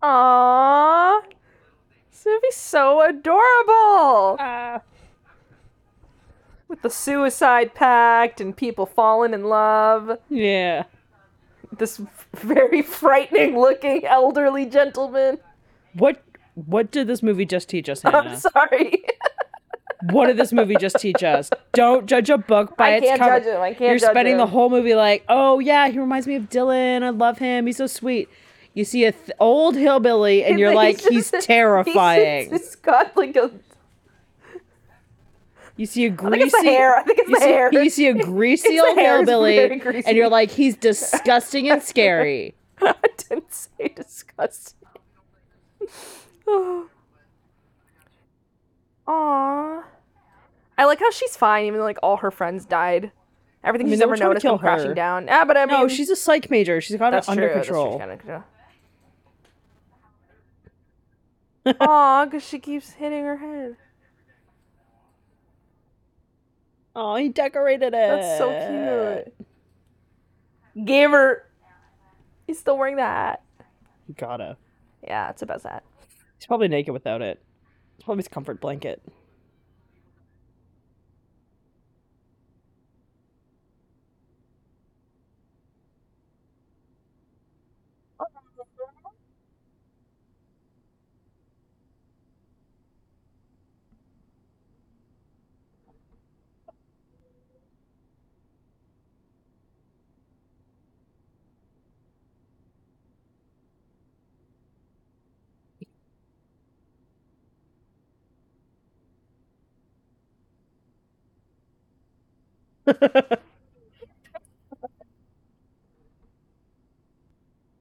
A: Aww. This movie's so adorable.
B: Uh.
A: With the suicide pact and people falling in love.
B: Yeah.
A: This very frightening looking elderly gentleman.
B: What what did this movie just teach us,
A: I'm
B: Hannah?
A: sorry.
B: What did this movie just teach us? Don't judge a book by
A: I
B: its
A: can't
B: cover.
A: judge him. I can't
B: You're
A: judge
B: spending
A: him.
B: the whole movie like, oh yeah, he reminds me of Dylan. I love him. He's so sweet. You see a th- old hillbilly, and you're like, he's
A: just-
B: terrifying.
A: He's, he's got like a.
B: you see a
A: I think
B: greasy.
A: it's the hair. I think it's
B: You
A: the
B: see,
A: hair.
B: you see a greasy
A: His
B: old
A: hair is
B: hillbilly,
A: very greasy.
B: and you're like, he's disgusting and scary.
A: I didn't say disgusting. Aww. I like how she's fine, even though like all her friends died.
B: I
A: Everything
B: mean,
A: she's
B: they were
A: ever
B: trying to
A: noticed
B: kill
A: come crashing
B: her.
A: down. Ah, but I mean,
B: No, she's a psych major. She's got
A: that's
B: it under
A: true,
B: control.
A: That's true, kind of Aw, because she keeps hitting her head.
B: Oh, he decorated it.
A: That's so
B: Uh,
A: cute. Gave her. He's still wearing the hat.
B: You gotta.
A: Yeah, it's about that.
B: He's probably naked without it. It's probably his comfort blanket.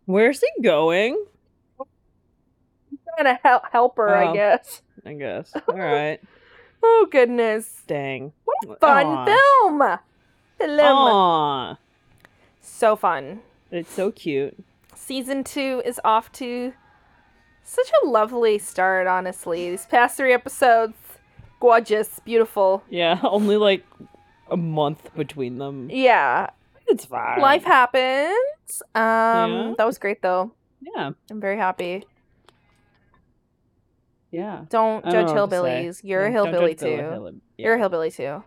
B: Where's he going?
A: Trying to help help her, I
B: Oh.
A: guess.
B: I guess. All right.
A: Oh goodness.
B: Dang.
A: What a fun
B: Aw.
A: film! Film.
B: Aw.
A: So fun.
B: It's so cute.
A: Season two is off to such a lovely start, honestly. These past three episodes, gorgeous, beautiful.
B: Yeah, only like a month between them.
A: Yeah.
B: It's fine.
A: Life happens. Um
B: Yeah.
A: that was great though.
B: Yeah.
A: I'm very happy.
B: Yeah.
A: Don't
B: I
A: judge
B: don't know what to say.
A: hillbillies. You're a
B: Yeah, don't
A: hillbilly
B: judge Billy
A: too.
B: Hillib-
A: You're a
B: yeah.
A: hillbilly too.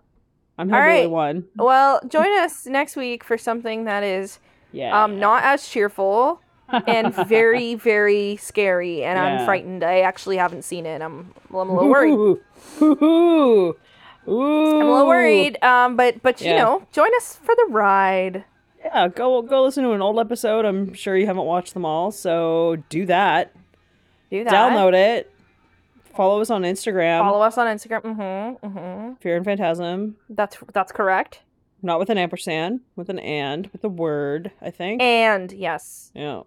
B: I'm
A: All
B: hillbilly
A: right.
B: one.
A: Well, join us next week for something that is
B: Yeah.
A: um not as cheerful and very very scary and i'm
B: Yeah.
A: frightened i actually haven't seen it i'm, well, I'm a little worried
B: Ooh. Ooh.
A: i'm a little worried um but but you
B: Yeah.
A: know join us for the ride
B: Yeah, go go listen to an old episode. I'm sure you haven't watched them all, so do that.
A: do that
B: Download it. Follow us on Instagram.
A: follow us on instagram mm-hmm, mm-hmm.
B: Fear and Phantasm.
A: that's that's correct
B: Not with an ampersand, with an and, with a word, I think.
A: and yes
B: Yeah.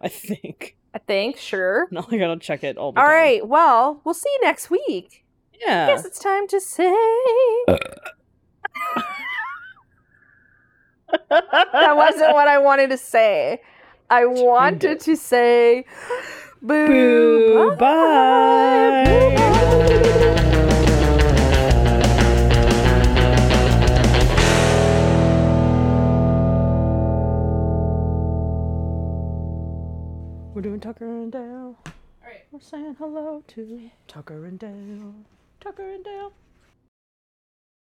B: I think.
A: i think sure
B: Not like I don't check it all the
A: all
B: time.
A: right well we'll see you next week
B: Yeah.
A: i guess it's time to say that wasn't what I wanted to say. I wanted to say boo.
B: Boo.
A: bye.
B: Bye. We're doing Tucker and Dale. All right. We're saying hello to Tucker and Dale. Tucker and Dale.